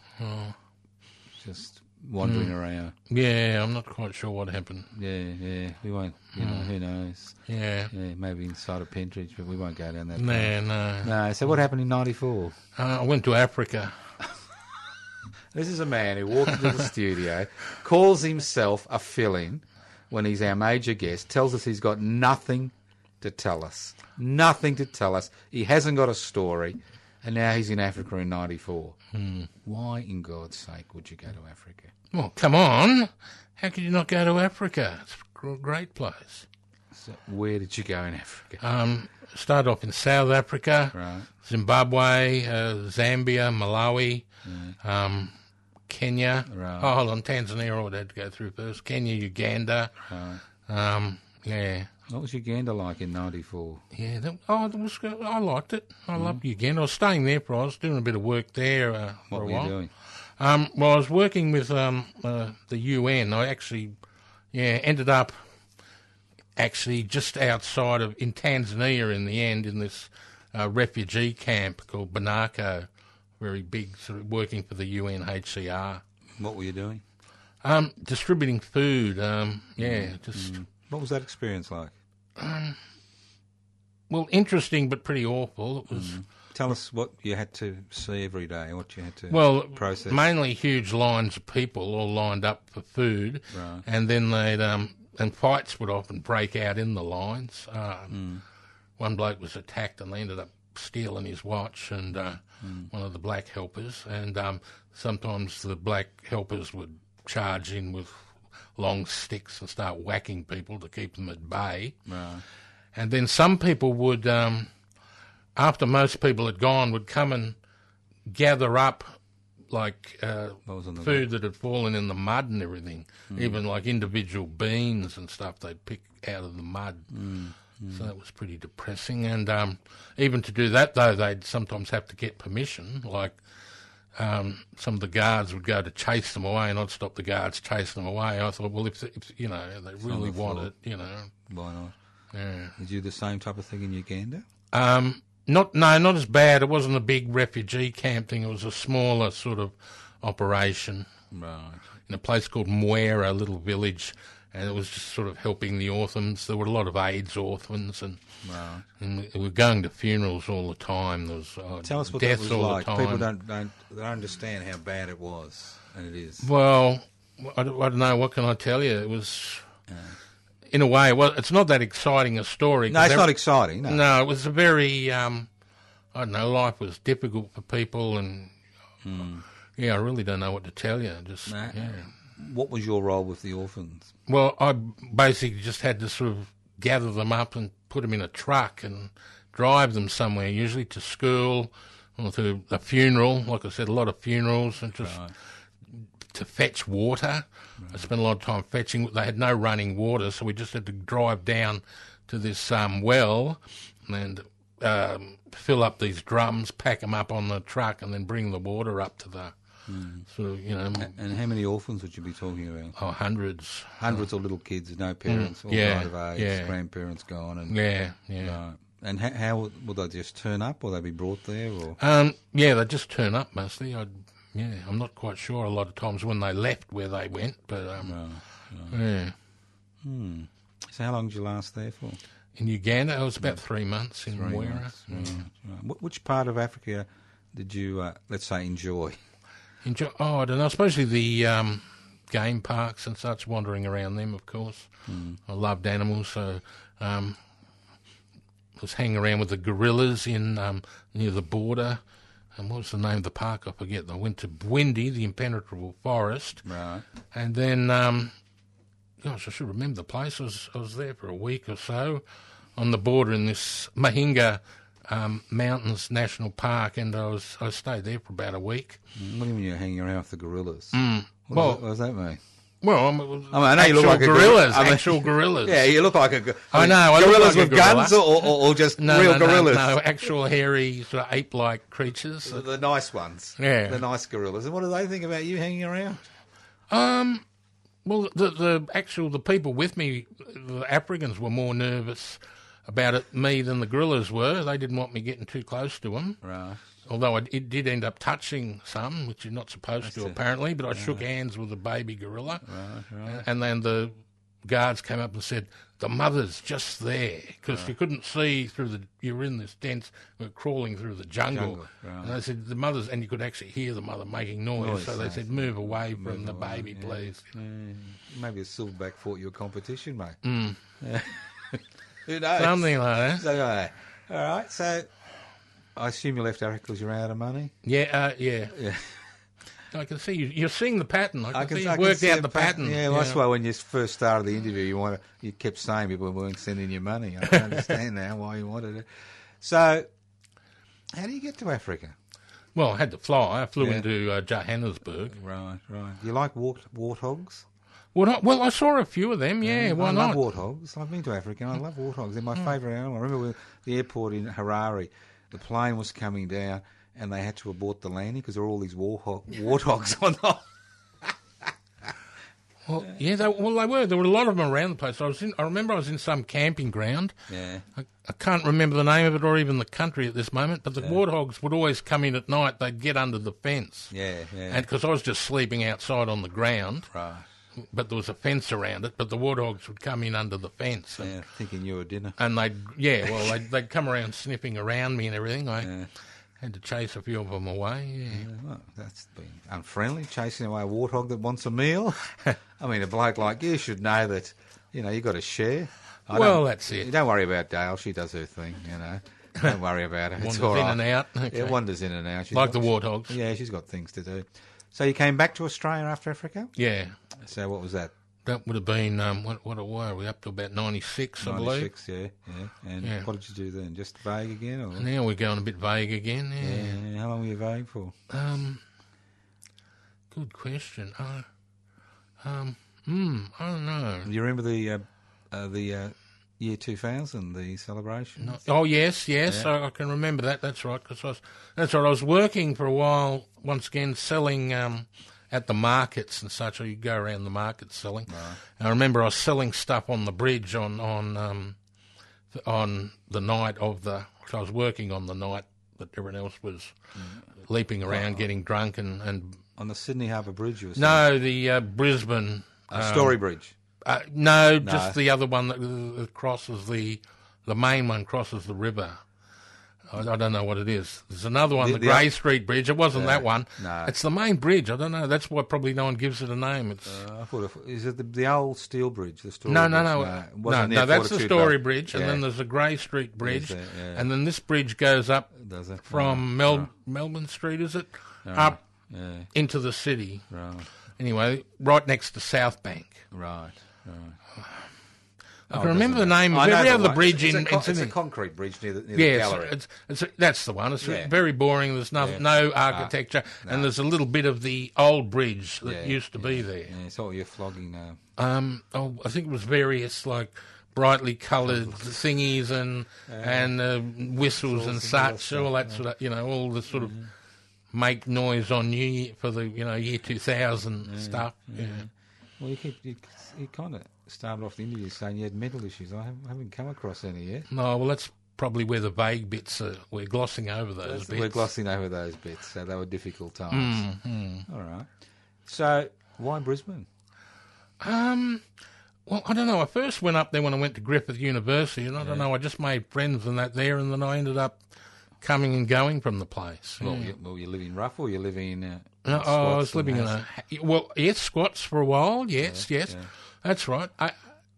S2: just wandering around.
S4: Yeah, I'm not quite sure what happened.
S2: Yeah, yeah, we won't, you know, who knows.
S4: Yeah.
S2: Yeah, maybe inside of Pentridge, but we won't go down that path.
S4: No, no.
S2: No, so what happened in 94?
S4: Uh, I went to Africa.
S2: This is a man who walks into the studio, calls himself a fill in when he's our major guest, tells us he's got nothing to tell us. Nothing to tell us. He hasn't got a story, and now he's in Africa in 94. Why in God's sake would you go to Africa?
S4: Well, come on. How could you not go to Africa? It's a gr- great place.
S2: So where did you go in Africa?
S4: Um, started off in South Africa,
S2: Right.
S4: Zimbabwe, uh, Zambia, Malawi, um, Kenya.
S2: Right.
S4: Oh, hold on, Tanzania. I would have to go through first. Kenya, Uganda. Um, yeah,
S2: What was Uganda like in 94?
S4: yeah. That, oh, that was good. I liked it. I
S2: Mm.
S4: loved Uganda. I was staying there for. I was doing a bit of work there uh,
S2: What
S4: for a
S2: were
S4: while.
S2: you doing?
S4: Um, well, I was working with um, uh, the UN. I actually, yeah, ended up actually just outside of in Tanzania in the end in this uh, refugee camp called Banako, very big, sort of working for the UNHCR,
S2: What were you doing?
S4: um, distributing food. Um, yeah, just
S2: What was that experience like?
S4: well, interesting but pretty awful. It was.
S2: Tell us what you had to see every day, what you had to
S4: Well,
S2: process.
S4: mainly huge lines of people all lined up for food,
S2: Right.
S4: and then they'd um, and fights would often break out in the lines.
S2: Hmm.
S4: Um, One bloke was attacked and they ended up stealing his watch and uh,
S2: Hmm.
S4: one of the black helpers, and um, sometimes the black helpers would charge in with long sticks and start whacking people to keep them at bay.
S2: Right.
S4: And then some people would, um, after most people had gone, would come and gather up like uh,
S2: What was Hmm. on the
S4: food that had fallen in the mud and everything, even like individual beans and stuff they'd pick out of the mud.
S2: Hmm.
S4: So that was pretty depressing. And um, even to do that, though, they'd sometimes have to get permission. Like um, some of the guards would go to chase them away, and I'd stop the guards chasing them away. I thought, well, if, if you know, they really
S2: the
S4: want
S2: floor.
S4: it, you know.
S2: Why not?
S4: Yeah.
S2: Did you do the same type of thing in Uganda?
S4: Um, not no, not as bad. It wasn't a big refugee camp thing. It was a smaller sort of operation
S2: Right.
S4: in a place called Mwera, a little village, and it was just sort of helping the orphans. There were a lot of AIDS orphans, and,
S2: Right.
S4: and we- we were going to funerals all the time. There was uh,
S2: Tell us what
S4: deaths
S2: that
S4: all
S2: was like.
S4: the time.
S2: People don't, don't they don't understand how bad it was, and it is.
S4: Well, I don't, I don't know. What can I tell you? It was. In a way, well, it's not that exciting a story.
S2: No,
S4: 'cause
S2: it's
S4: ev-
S2: not exciting. No.
S4: No, it was a very, um, I don't know, life was difficult for people, and yeah, I really don't know what to tell you. Just
S2: Nah.
S4: yeah.
S2: What was your role with the orphans?
S4: Well, I basically just had to sort of gather them up and put them in a truck and drive them somewhere, usually to school or to a funeral. Like I said, a lot of funerals and just to fetch water. I spent a lot of time fetching. They had no running water, so we just had to drive down to this um, well and um, fill up these drums, pack them up on the truck, and then bring the water up to the sort of you know
S2: Hmm. And how many orphans would you be talking about?
S4: oh, hundreds.
S2: Hundreds of little kids, no parents, all
S4: Mm. Yeah,
S2: died of age,
S4: yeah.
S2: grandparents gone, and
S4: Yeah, yeah.
S2: Right. And how, how would- would they just turn up? Will they be brought there? Or
S4: Um, yeah, they just turn up mostly. I, yeah, I'm not quite sure a lot of times when they left where they went, but um, yeah,
S2: so, how long did you last there for?
S4: in Uganda it was about three months in
S2: Three
S4: Mwera.
S2: months. Right, right. Wh- Which part of Africa did you, uh, let's say, enjoy?
S4: Enjoy- oh, I don't know. Especially the um,
S2: Hmm.
S4: game parks and such, wandering around them. Of course, I loved animals, so um, was hanging around with the gorillas in um, near the border. And what was the name of the park? I forget. I went to Bwindi, the impenetrable forest.
S2: Right.
S4: And then, um, gosh, I should remember the place. I was, I was there for a week or so on the border in this Mahinga um, Mountains National Park, and I was I stayed there for about a week.
S2: What do you mean you're hanging around with the gorillas? What,
S4: Mm. Well-
S2: does that, what does that mean?
S4: Well, I'm,
S2: I mean, I know you
S4: actual
S2: look like a gorilla.
S4: gorillas.
S2: I mean-
S4: actual gorillas.
S2: Yeah, you look like a. go-
S4: I know, I look
S2: gorillas
S4: like a
S2: with guns
S4: gorilla.
S2: or, or, or just
S4: No,
S2: real
S4: no, no,
S2: gorillas.
S4: No, actual hairy, sort of ape-like creatures.
S2: The, the nice ones.
S4: Yeah.
S2: The nice gorillas. And what do they think about you hanging around?
S4: Um, well, the the actual the people with me, the Africans were more nervous about it me than the gorillas were. They didn't want me getting too close to them.
S2: Right.
S4: Although I, it did end up touching some, which you're not supposed to apparently, but I shook hands with a baby gorilla, Uh, and then the guards came up and said the mother's just there because you couldn't see through the you were in this dense we were crawling through the jungle,
S2: Jungle, right.
S4: and they said the mother's and you could actually hear the mother making noise,
S2: Noise,
S4: so they
S2: yes.
S4: said move away from the baby please
S2: Maybe a silverback fought your competition, mate. Who knows?
S4: Hmm. something like that
S2: So, uh, all right. So, I assume you left Eric because you're out of money.
S4: yeah uh, yeah. I can see you. You're seeing the pattern. I can, see you worked
S2: see
S4: out
S2: a
S4: the
S2: pat-
S4: pattern.
S2: Yeah, well, that's why when you first started the interview, you want to, you kept saying people weren't sending you money. I don't understand now why you wanted it. So, how do you get to Africa?
S4: Well, I had to fly. I flew
S2: Yeah.
S4: into uh, Johannesburg.
S2: Right, right. You like wart- warthogs?
S4: Well, I, well, I saw a few of them. Yeah, why
S2: I
S4: not? Mm.
S2: love warthogs. I've been to Africa and I love warthogs. They're my favourite animal. I remember when the airport in Harare, the plane was coming down and they had to abort the landing because there were all these warthog, warthogs on the.
S4: Well, yeah, they, well, they were. There were a lot of them around the place. I was in. I remember I was in some camping ground.
S2: Yeah.
S4: I, I can't remember the name of it or even the country at this moment. But the warthogs would always come in at night. They'd get under the fence.
S2: Yeah, yeah.
S4: And because I was just sleeping outside on the ground,
S2: Right.
S4: but there was a fence around it. But the warthogs would come in under the fence. And,
S2: Yeah, thinking you were dinner.
S4: and they'd yeah, well, they'd, they'd come around sniffing around me and everything. I had to chase a few of them away. Yeah.
S2: Well, that's been unfriendly, chasing away a warthog that wants a meal. I mean, a bloke like you should know that, you know, you got to share. I
S4: Well,
S2: don't-
S4: that's it.
S2: You don't worry about Dale. She does her thing, you know. Don't worry about her. It's
S4: Wanders
S2: all
S4: in
S2: right.
S4: and out. Okay.
S2: It wanders in and out. She's
S4: Like
S2: got-
S4: the warthogs.
S2: Yeah, she's got things to do. So you came back to Australia after Africa?
S4: Yeah.
S2: So what was that?
S4: That would have been um, what? What were we up to? About ninety six, I believe.
S2: 96, yeah, yeah. And
S4: Yeah.
S2: what did you do then? Just vague again? Or?
S4: Now we're going a bit vague again. Yeah.
S2: Yeah, How long were you vague for?
S4: Um, good question. Uh, um, hmm, I don't know.
S2: Do you remember the uh, uh, the uh, year 2000, the celebration?
S4: Oh yes, yes, I, I can remember that. That's right. Cause I was, that's right. I was working for a while. Once again, selling um, at the markets and such. Or you go around the market selling. And I remember I was selling stuff on the bridge on on um, th- on the night of the. 'cause I was working on the night that everyone else was leaping around, getting drunk, and, and
S2: On the Sydney Harbour Bridge, you were saying?
S4: no, the uh, Brisbane.
S2: Uh, Story Bridge.
S4: Uh, no, just the other one that uh, crosses the the main one crosses the river. I, I don't know what it is. There's another one,
S2: The-
S4: the,
S2: the
S4: Grey
S2: oth-
S4: Street Bridge. It wasn't that one.
S2: no.
S4: It's the main bridge. I don't know. That's why probably no one gives it a name. It's
S2: I thought it, is it the, the old steel bridge? The story
S4: no,
S2: bridge?
S4: no, no,
S2: it
S4: no, no.
S2: wasn't near
S4: that's the
S2: Fortitude
S4: Story
S2: Bay.
S4: Bridge,
S2: Yeah.
S4: and then there's the Grey Street Bridge,
S2: that, yeah.
S4: and then this bridge goes up
S2: Does it?
S4: from Mel- Melbourne Street, is it, up
S2: Yeah,
S4: into the city.
S2: right,
S4: Anyway, right next to South Bank.
S2: right. right.
S4: I can remember the name
S2: Oh, I
S4: of
S2: know
S4: every other
S2: one.
S4: bridge
S2: it's
S4: in,
S2: a con-
S4: in
S2: it's a
S4: Sydney.
S2: concrete bridge near the, near the
S4: Yeah,
S2: gallery.
S4: it's, it's, it's- that's the one. It's
S2: Yeah. Ah,
S4: very boring. There's no, no architecture, and there's a little bit of the old bridge that
S2: Yeah,
S4: used to be there.
S2: yeah, it's all you're flogging uh, now.
S4: Um, oh, I think it was various like brightly coloured thingies and and uh, whistles and such, all that sort of you know, all the sort of
S2: Mm-hmm.
S4: make noise on New Year for the you know year two thousand
S2: Mm-hmm.
S4: stuff. Yeah.
S2: Well, you keep you, you kind of started off the interview saying you had mental issues. I haven't, haven't come across any yet.
S4: No, Oh, well, that's probably where the vague bits are. We're glossing over those bits.
S2: We're glossing over those bits, so they were difficult times.
S4: Mm-hmm.
S2: All right. So why Brisbane?
S4: Um, well, I don't know. I first went up there when I went to Griffith University, and I don't know. I just made friends and that there, and then I ended up coming and going from the place.
S2: Well, you, well, you live in Rough or you live in. Uh,
S4: No, oh,
S2: in
S4: I was
S2: Squatston
S4: living in a well, yes, squats for a while. Yes, yes, that's right. I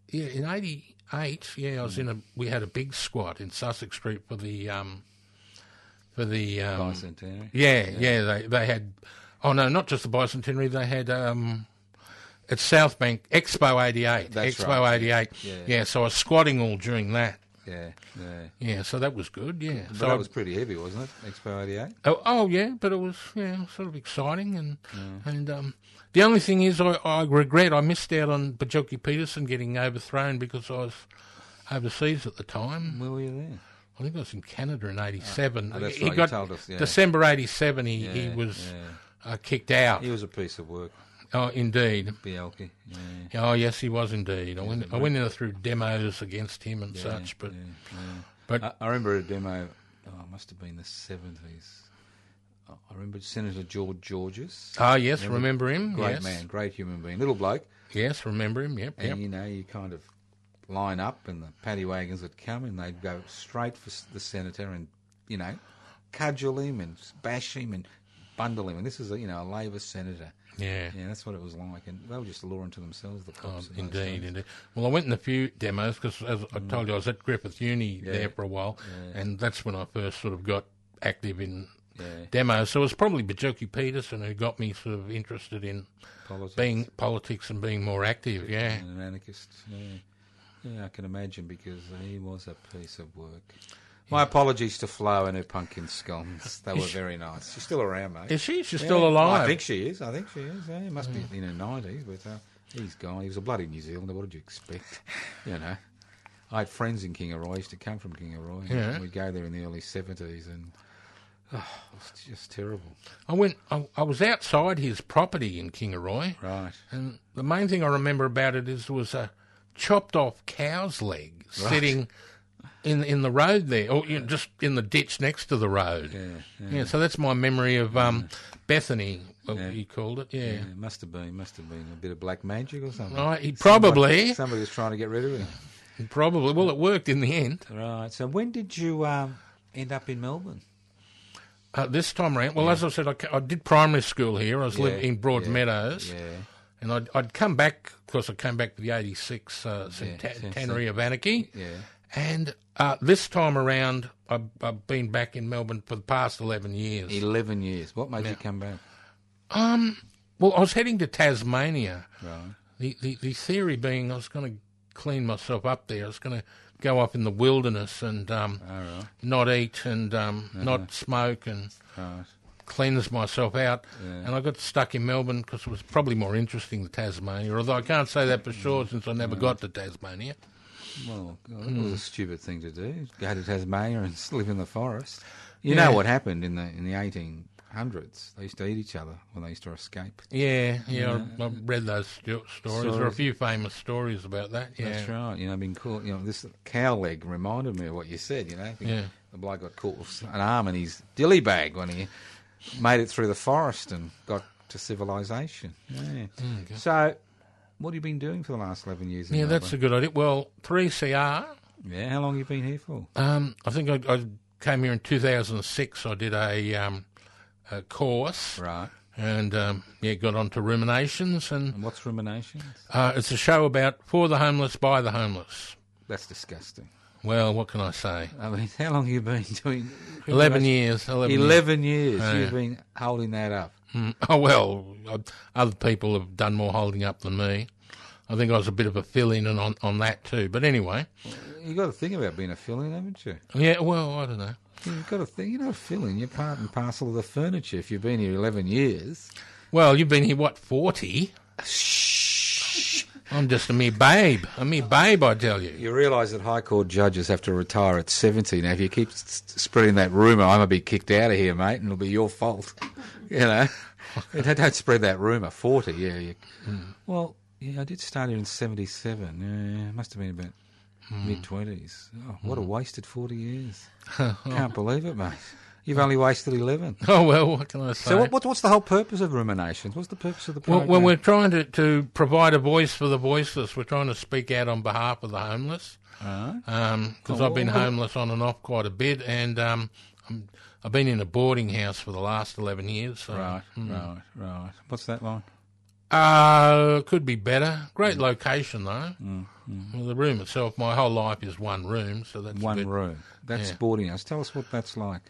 S4: yeah, in 80, eight, yeah, I was in a. We had a big squat in Sussex Street for the um, for the um,
S2: Bicentenary.
S4: Yeah, yeah, they they had. Oh no, not just the bicentenary. They had um, at South Bank Expo '88.
S2: That's
S4: Expo
S2: right,
S4: '88.
S2: yeah.
S4: Yeah. so I was squatting all during that.
S2: Yeah, yeah.
S4: Yeah, so that was good. Yeah,
S2: But
S4: so I-
S2: that was pretty heavy, wasn't it? Expo 88?
S4: Oh, oh yeah, but it was yeah sort of exciting and and um, the only thing is I, I regret I missed out on Bajoki Peterson getting overthrown because I was overseas at the time.
S2: Where were you there?
S4: I think I was in Canada in '87.
S2: Oh, that's
S4: he
S2: right, you
S4: got
S2: told us, yeah.
S4: December '87. He, he
S2: Yeah,
S4: was
S2: yeah.
S4: uh, kicked out.
S2: He was a piece of work,
S4: Oh, indeed.
S2: Bielke. Yeah,
S4: Oh yes, he was indeed. I went I went in through demos against him and such, but.
S2: yeah, Ah, yeah.
S4: But
S2: I, I remember a demo. Oh, it must have been the seventies. I I remember Senator George Georges.
S4: ah yes, remember, him?
S2: Great
S4: yes,
S2: man, great human being, little bloke,
S4: yes, remember him. Yep,
S2: and
S4: yep.
S2: you know you kind of line up, and the paddy wagons would come, and they'd go straight for s- the senator, and you know, cudgel him and s- bash him and bundle him. And this is a, you know a Labor senator.
S4: Yeah.
S2: yeah, that's what it was like, and they were just a law unto themselves. The
S4: Oh,
S2: cops, in those
S4: indeed,
S2: days.
S4: indeed. Well, I went in a few demos because, as I
S2: Mm.
S4: told you, I was at Griffith Uni there for a while, and that's when I first sort of got active in
S2: Yeah.
S4: demos. So it was probably Bajoki Peterson who got me sort of interested in
S2: Politics.
S4: being politics and being more active. Yeah,
S2: and an anarchist. Yeah. yeah, I can imagine because he was a piece of work. My apologies to Flo and her pumpkin scones. They were very nice. She's still around, mate.
S4: is she? She's
S2: Yeah.
S4: still alive.
S2: I think she is. I think she is. Yeah, he must be in her nineties, but uh, he's gone. He was a bloody New Zealander. What did you expect? you know. I had friends in Kingaroy. I used to come from Kingaroy.
S4: Yeah.
S2: We'd go there in the early 70s, and oh, it was just terrible.
S4: I went. I, I was outside his property in Kingaroy,
S2: Right.
S4: and the main thing I remember about it is there was a chopped off cow's leg sitting in in the road there, or you know, just in the ditch next to the road. Yeah, so that's my memory of um, Bethany, what you called it. Yeah.
S2: Yeah, it must have been, must have been a bit of black magic or something.
S4: Right, he probably,
S2: Somebody, somebody was trying to get rid of him.
S4: probably. Well, it worked in the end.
S2: Right. So when did you um, end up in Melbourne?
S4: Uh, this time round, well, as I said, I, ca- I did primary school here. I was living in Broadmeadows.
S2: Yeah.
S4: And I'd, I'd come back, of course, I came back to the 86 uh,
S2: since
S4: Centenary of Anarchy.
S2: Yeah.
S4: And uh, this time around, I've, I've been back in Melbourne for the past 11 years.
S2: Eleven years. What made you come back?
S4: Um, Well, I was heading to Tasmania. Right. The, the, the theory being I was going to clean myself up there. I was going to go off in the wilderness and um, not eat and um, not smoke and
S2: Uh-huh. Right.
S4: cleanse myself out. And I got stuck in Melbourne because it was probably more interesting than Tasmania, although I can't say that for sure since I
S2: Mm.
S4: never got to Tasmania.
S2: Well, God, that
S4: Hmm.
S2: was a stupid thing to do. Go to Tasmania and s- live in the forest. You know what happened in the in the eighteen hundreds? They used to eat each other when they used to escape.
S4: Yeah, yeah, I, I read those sto- stories. There are a few famous stories about that. Yeah,
S2: That's right. You know, being caught. You know, this cow leg reminded me of what you said. You know,
S4: Yeah.
S2: the bloke got caught with an arm in his dilly bag when he made it through the forest and got to civilization. Yeah. So, what have you been doing for the last eleven years? in
S4: Oh, Yeah, that's a
S2: Melbourne?
S4: good idea. Well, 3CR,
S2: yeah. How long have you been here for?
S4: um, I think I, I came here in 2006. I did a, um, a course
S2: Right.
S4: and um, yeah, got onto Ruminations. And
S2: And what's ruminations?
S4: uh, it's a show about for the homeless, by the homeless.
S2: That's disgusting.
S4: Well, what can I say?
S2: I mean, how long have you been doing?
S4: 11 years. 11 years.
S2: Eleven years. You've been holding that up.
S4: Mm. Oh, well, uh, other people have done more holding up than me. I think I was a bit of a fill in on, on that too. But anyway,
S2: You got to think about being a fill-in, haven't you?
S4: yeah, well, I don't know.
S2: You've got to think. You're not a fill-in. You're part and parcel of the furniture. If you've been here eleven years,
S4: Well, you've been here, what, 40? I'm just a mere babe. A mere babe, I tell you.
S2: You realise that High Court judges have to retire at 70. Now, if you keep s- s- spreading that rumour, I'm going to be kicked out of here, mate, and it'll be your fault. You know? Don't- Don't spread that rumour. 40, yeah. You... Well, yeah, I did start here in 77. Yeah, yeah, it must have been about mid 20s. Oh, what a wasted 40 years. Can't believe it, mate. You've only wasted 11.
S4: Oh, well, what can I say?
S2: So, what, what, what's the whole purpose of ruminations? What's the purpose of the
S4: well,
S2: program?
S4: when we're trying to, to provide a voice for the voiceless, we're trying to speak out on behalf of the homeless.
S2: Uh-huh.
S4: Because I've
S2: Oh.
S4: been homeless on and off quite a bit, and um, I'm, I've been in a boarding house for the last 11 years. So.
S2: Right, right, right. What's that line? Mm.
S4: Uh, could be better. Great location, though. Well, the room itself, my whole life is one room, so that's a
S2: One
S4: bit-
S2: room. That's
S4: yeah.
S2: boarding house. Tell us what that's like.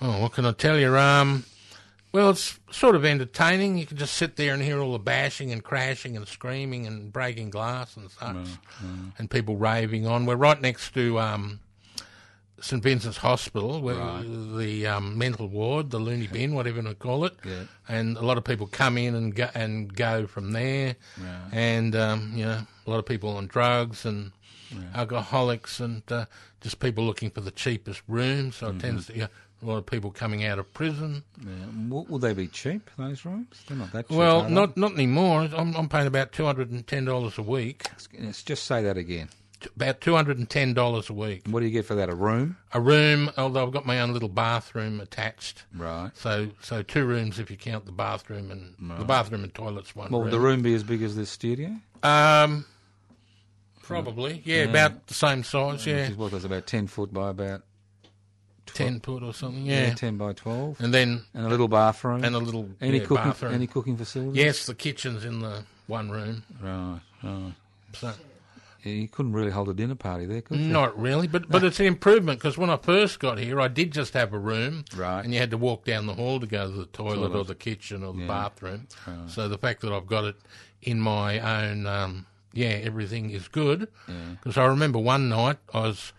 S4: Oh, what can I tell you? Um, well, it's sort of entertaining. You can just sit there and hear all the bashing and crashing and screaming and breaking glass and such, and people raving on. We're right next to um, St Vincent's Hospital, where the um, mental ward, the loony bin, whatever you want to call it.
S2: Yeah.
S4: And a lot of people come in and go, and go from there. And um, you know, a lot of people on drugs and alcoholics and uh, just people looking for the cheapest room. So it tends to yeah, a lot of people coming out of prison.
S2: Yeah. Will, will they be cheap, those rooms? They're not that cheap. are
S4: Well,
S2: they?
S4: not not anymore. I'm, I'm paying about two hundred and ten dollars a week.
S2: Let's just say that again.
S4: T- About two hundred and ten dollars a week.
S2: What do you get for that? A room?
S4: A room, although I've got my own little bathroom attached.
S2: Right.
S4: So so two rooms if you count the bathroom and the bathroom and toilets one
S2: Well,
S4: room.
S2: would the Mm. room be as big as this studio?
S4: Um, probably yeah,
S2: Mm.
S4: about the same size. Yeah,
S2: Which is what was about 10 foot by about
S4: ten foot or something.
S2: yeah,
S4: Yeah.
S2: 10 by 12.
S4: and then
S2: And a little bathroom.
S4: and a little
S2: any
S4: yeah,
S2: cooking
S4: bathroom.
S2: any cooking facility?
S4: yes, the kitchen's in the one room.
S2: Right, right.
S4: So
S2: Yeah, you couldn't really hold a dinner party there, could you?
S4: Not really, but but it's an improvement because when I first got here, I did just have a room,
S2: Right.
S4: And you had to walk down the hall to go to the toilet, or the kitchen or the bathroom. So the fact that I've got it in my own, um, yeah, everything is good. Because I remember one night I was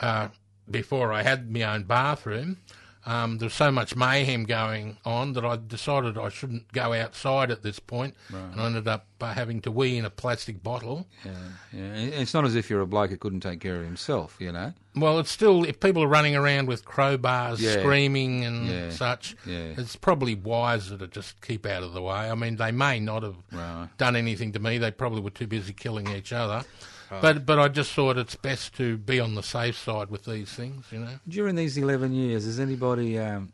S4: uh, before I had my own bathroom. Um, there was so much mayhem going on that I decided I shouldn't go outside at this point, and I ended up uh, having to wee in a plastic bottle.
S2: Yeah, yeah. And It's not as if you're a bloke who couldn't take care of himself, you know.
S4: Well, it's still if people are running around with crowbars,
S2: Yeah.
S4: screaming and
S2: Yeah.
S4: such,
S2: Yeah.
S4: it's probably wiser to just keep out of the way. I mean, they may not have
S2: Right.
S4: done anything to me; they probably were too busy killing each other. But but I just thought it's best to be on the safe side with these things, you know.
S2: During these 11 years, has anybody um,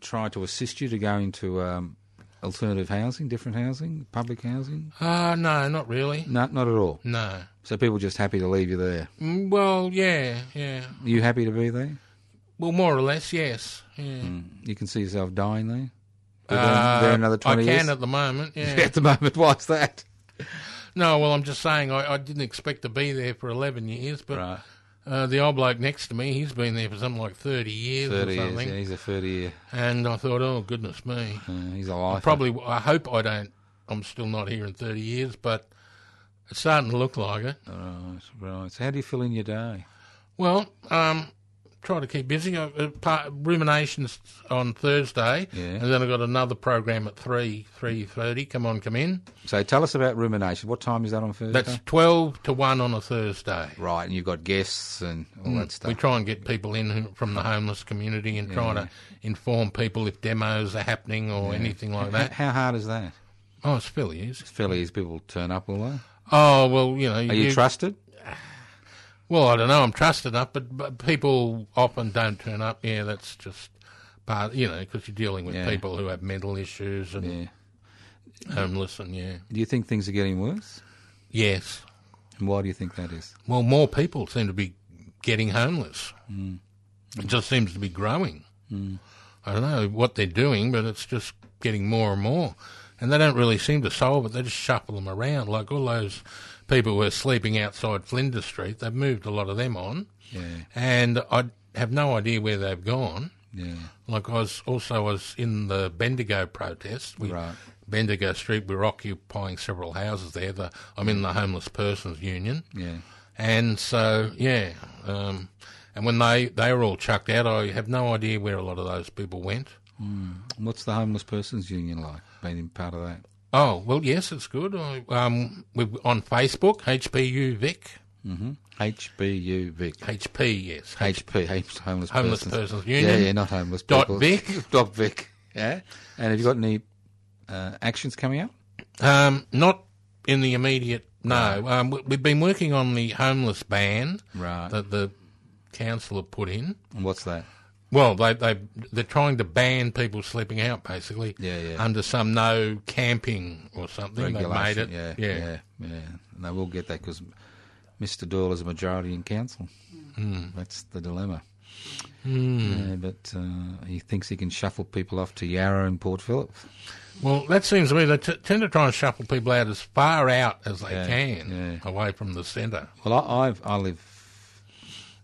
S2: tried to assist you to go into um, alternative housing, different housing, public housing?
S4: Uh no, not really.
S2: No, not at all.
S4: No.
S2: So people just happy to leave you there.
S4: Mm, Well, yeah, yeah.
S2: Are you happy to be there?
S4: Well, more or less, yes. Yeah.
S2: You can see yourself dying there? Be
S4: Uh,
S2: there, there another 20
S4: I can
S2: years?
S4: at the moment. Yeah.
S2: At the moment, why's that?
S4: No, well, I'm just saying I, I didn't expect to be there for 11 years, but
S2: Right.
S4: uh, the old bloke next to me, he's been there for something like 30 years
S2: 30
S4: or
S2: years.
S4: something.
S2: Yeah, he's a 30 year.
S4: And I thought, oh, goodness me.
S2: Uh, he's a lifer.
S4: Probably, I hope I don't, I'm still not here in 30 years, but it's starting to look like it.
S2: Right, right. So, how do you fill in your day?
S4: Well, um, try to keep busy. I, uh, part, ruminations on Thursday,
S2: Yeah.
S4: and then I've got another program at 3, 3.30, come on, come in.
S2: So, tell us about rumination. What time is that on Thursday?
S4: That's 12 to 1 on a Thursday.
S2: right. And you've got guests and all that stuff.
S4: Hmm, We try and get people in who- from the homeless community and try to inform people if demos are happening or anything like
S2: H-
S4: that.
S2: How hard is that?
S4: Oh, it's fairly easy.
S2: Fairly easy. People turn up, will they?
S4: Oh well, you know.
S2: Are you, trusted?
S4: Well, I don't know. I'm trusted enough, but, but people often don't turn up. Yeah, that's just part. You know, because you're dealing with
S2: Yeah.
S4: people who have mental issues and
S2: Yeah.
S4: homeless, and yeah,
S2: Do you think things are getting worse?
S4: yes.
S2: And why do you think that is?
S4: Well, more people seem to be getting homeless.
S2: Hmm.
S4: It just seems to be growing. I don't know what they're doing, but it's just getting more and more. And they don't really seem to solve it. They just shuffle them around. Like all those people who are sleeping outside Flinders Street, they've moved a lot of them on.
S2: Yeah.
S4: And I have no idea where they've gone.
S2: Yeah.
S4: Like I was also I was in the Bendigo protest. We,
S2: Right.
S4: Bendigo Street, we were occupying several houses there. The, I'm in the homeless persons union.
S2: Yeah.
S4: And so, yeah. Um, and when they, they were all chucked out, I have no idea where a lot of those people went.
S2: And what's the homeless persons union like? Being in part of that?
S4: Oh, well, yes, it's good. I, um, we're on Facebook, HPU Vic.
S2: HBU Vic.
S4: HP, yes. H-
S2: HP, H- homeless,
S4: Homeless
S2: persons.
S4: Persons
S2: Yeah,
S4: Union.
S2: yeah, not homeless
S4: Dot
S2: people.
S4: Vic.
S2: Dot Vic. Yeah. And have you got any uh, actions coming up?
S4: um, not in the immediate, no. Um, we, we've been working on the homeless ban
S2: Right.
S4: that the council have put in.
S2: And what's that?
S4: Well, they they they're trying to ban people sleeping out, basically.
S2: Yeah, yeah.
S4: Under some no camping or something. They made
S2: Regulation.
S4: it.
S2: Yeah, yeah, yeah, And they will get that because Mr. Doyle is a majority in council.
S4: Hmm.
S2: Mm. That's the dilemma. Yeah, but uh, he thinks he can shuffle people off to Yarra and Port Phillip.
S4: Well, that seems to me they t- tend to try and shuffle people out as far out as they
S2: Yeah,
S4: can,
S2: yeah.
S4: away from the centre.
S2: Well, I, I've I live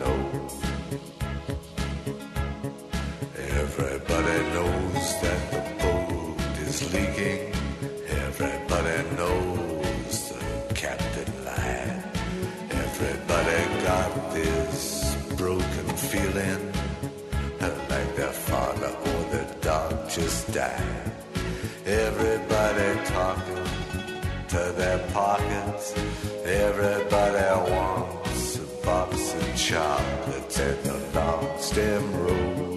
S1: knows. Everybody knows that the boat is leaking. Everybody knows the captain lied. Everybody got this broken feeling like their father or their dog just died. Everybody talking to their pockets. Everybody wants a box of chocolates and a long stem rose.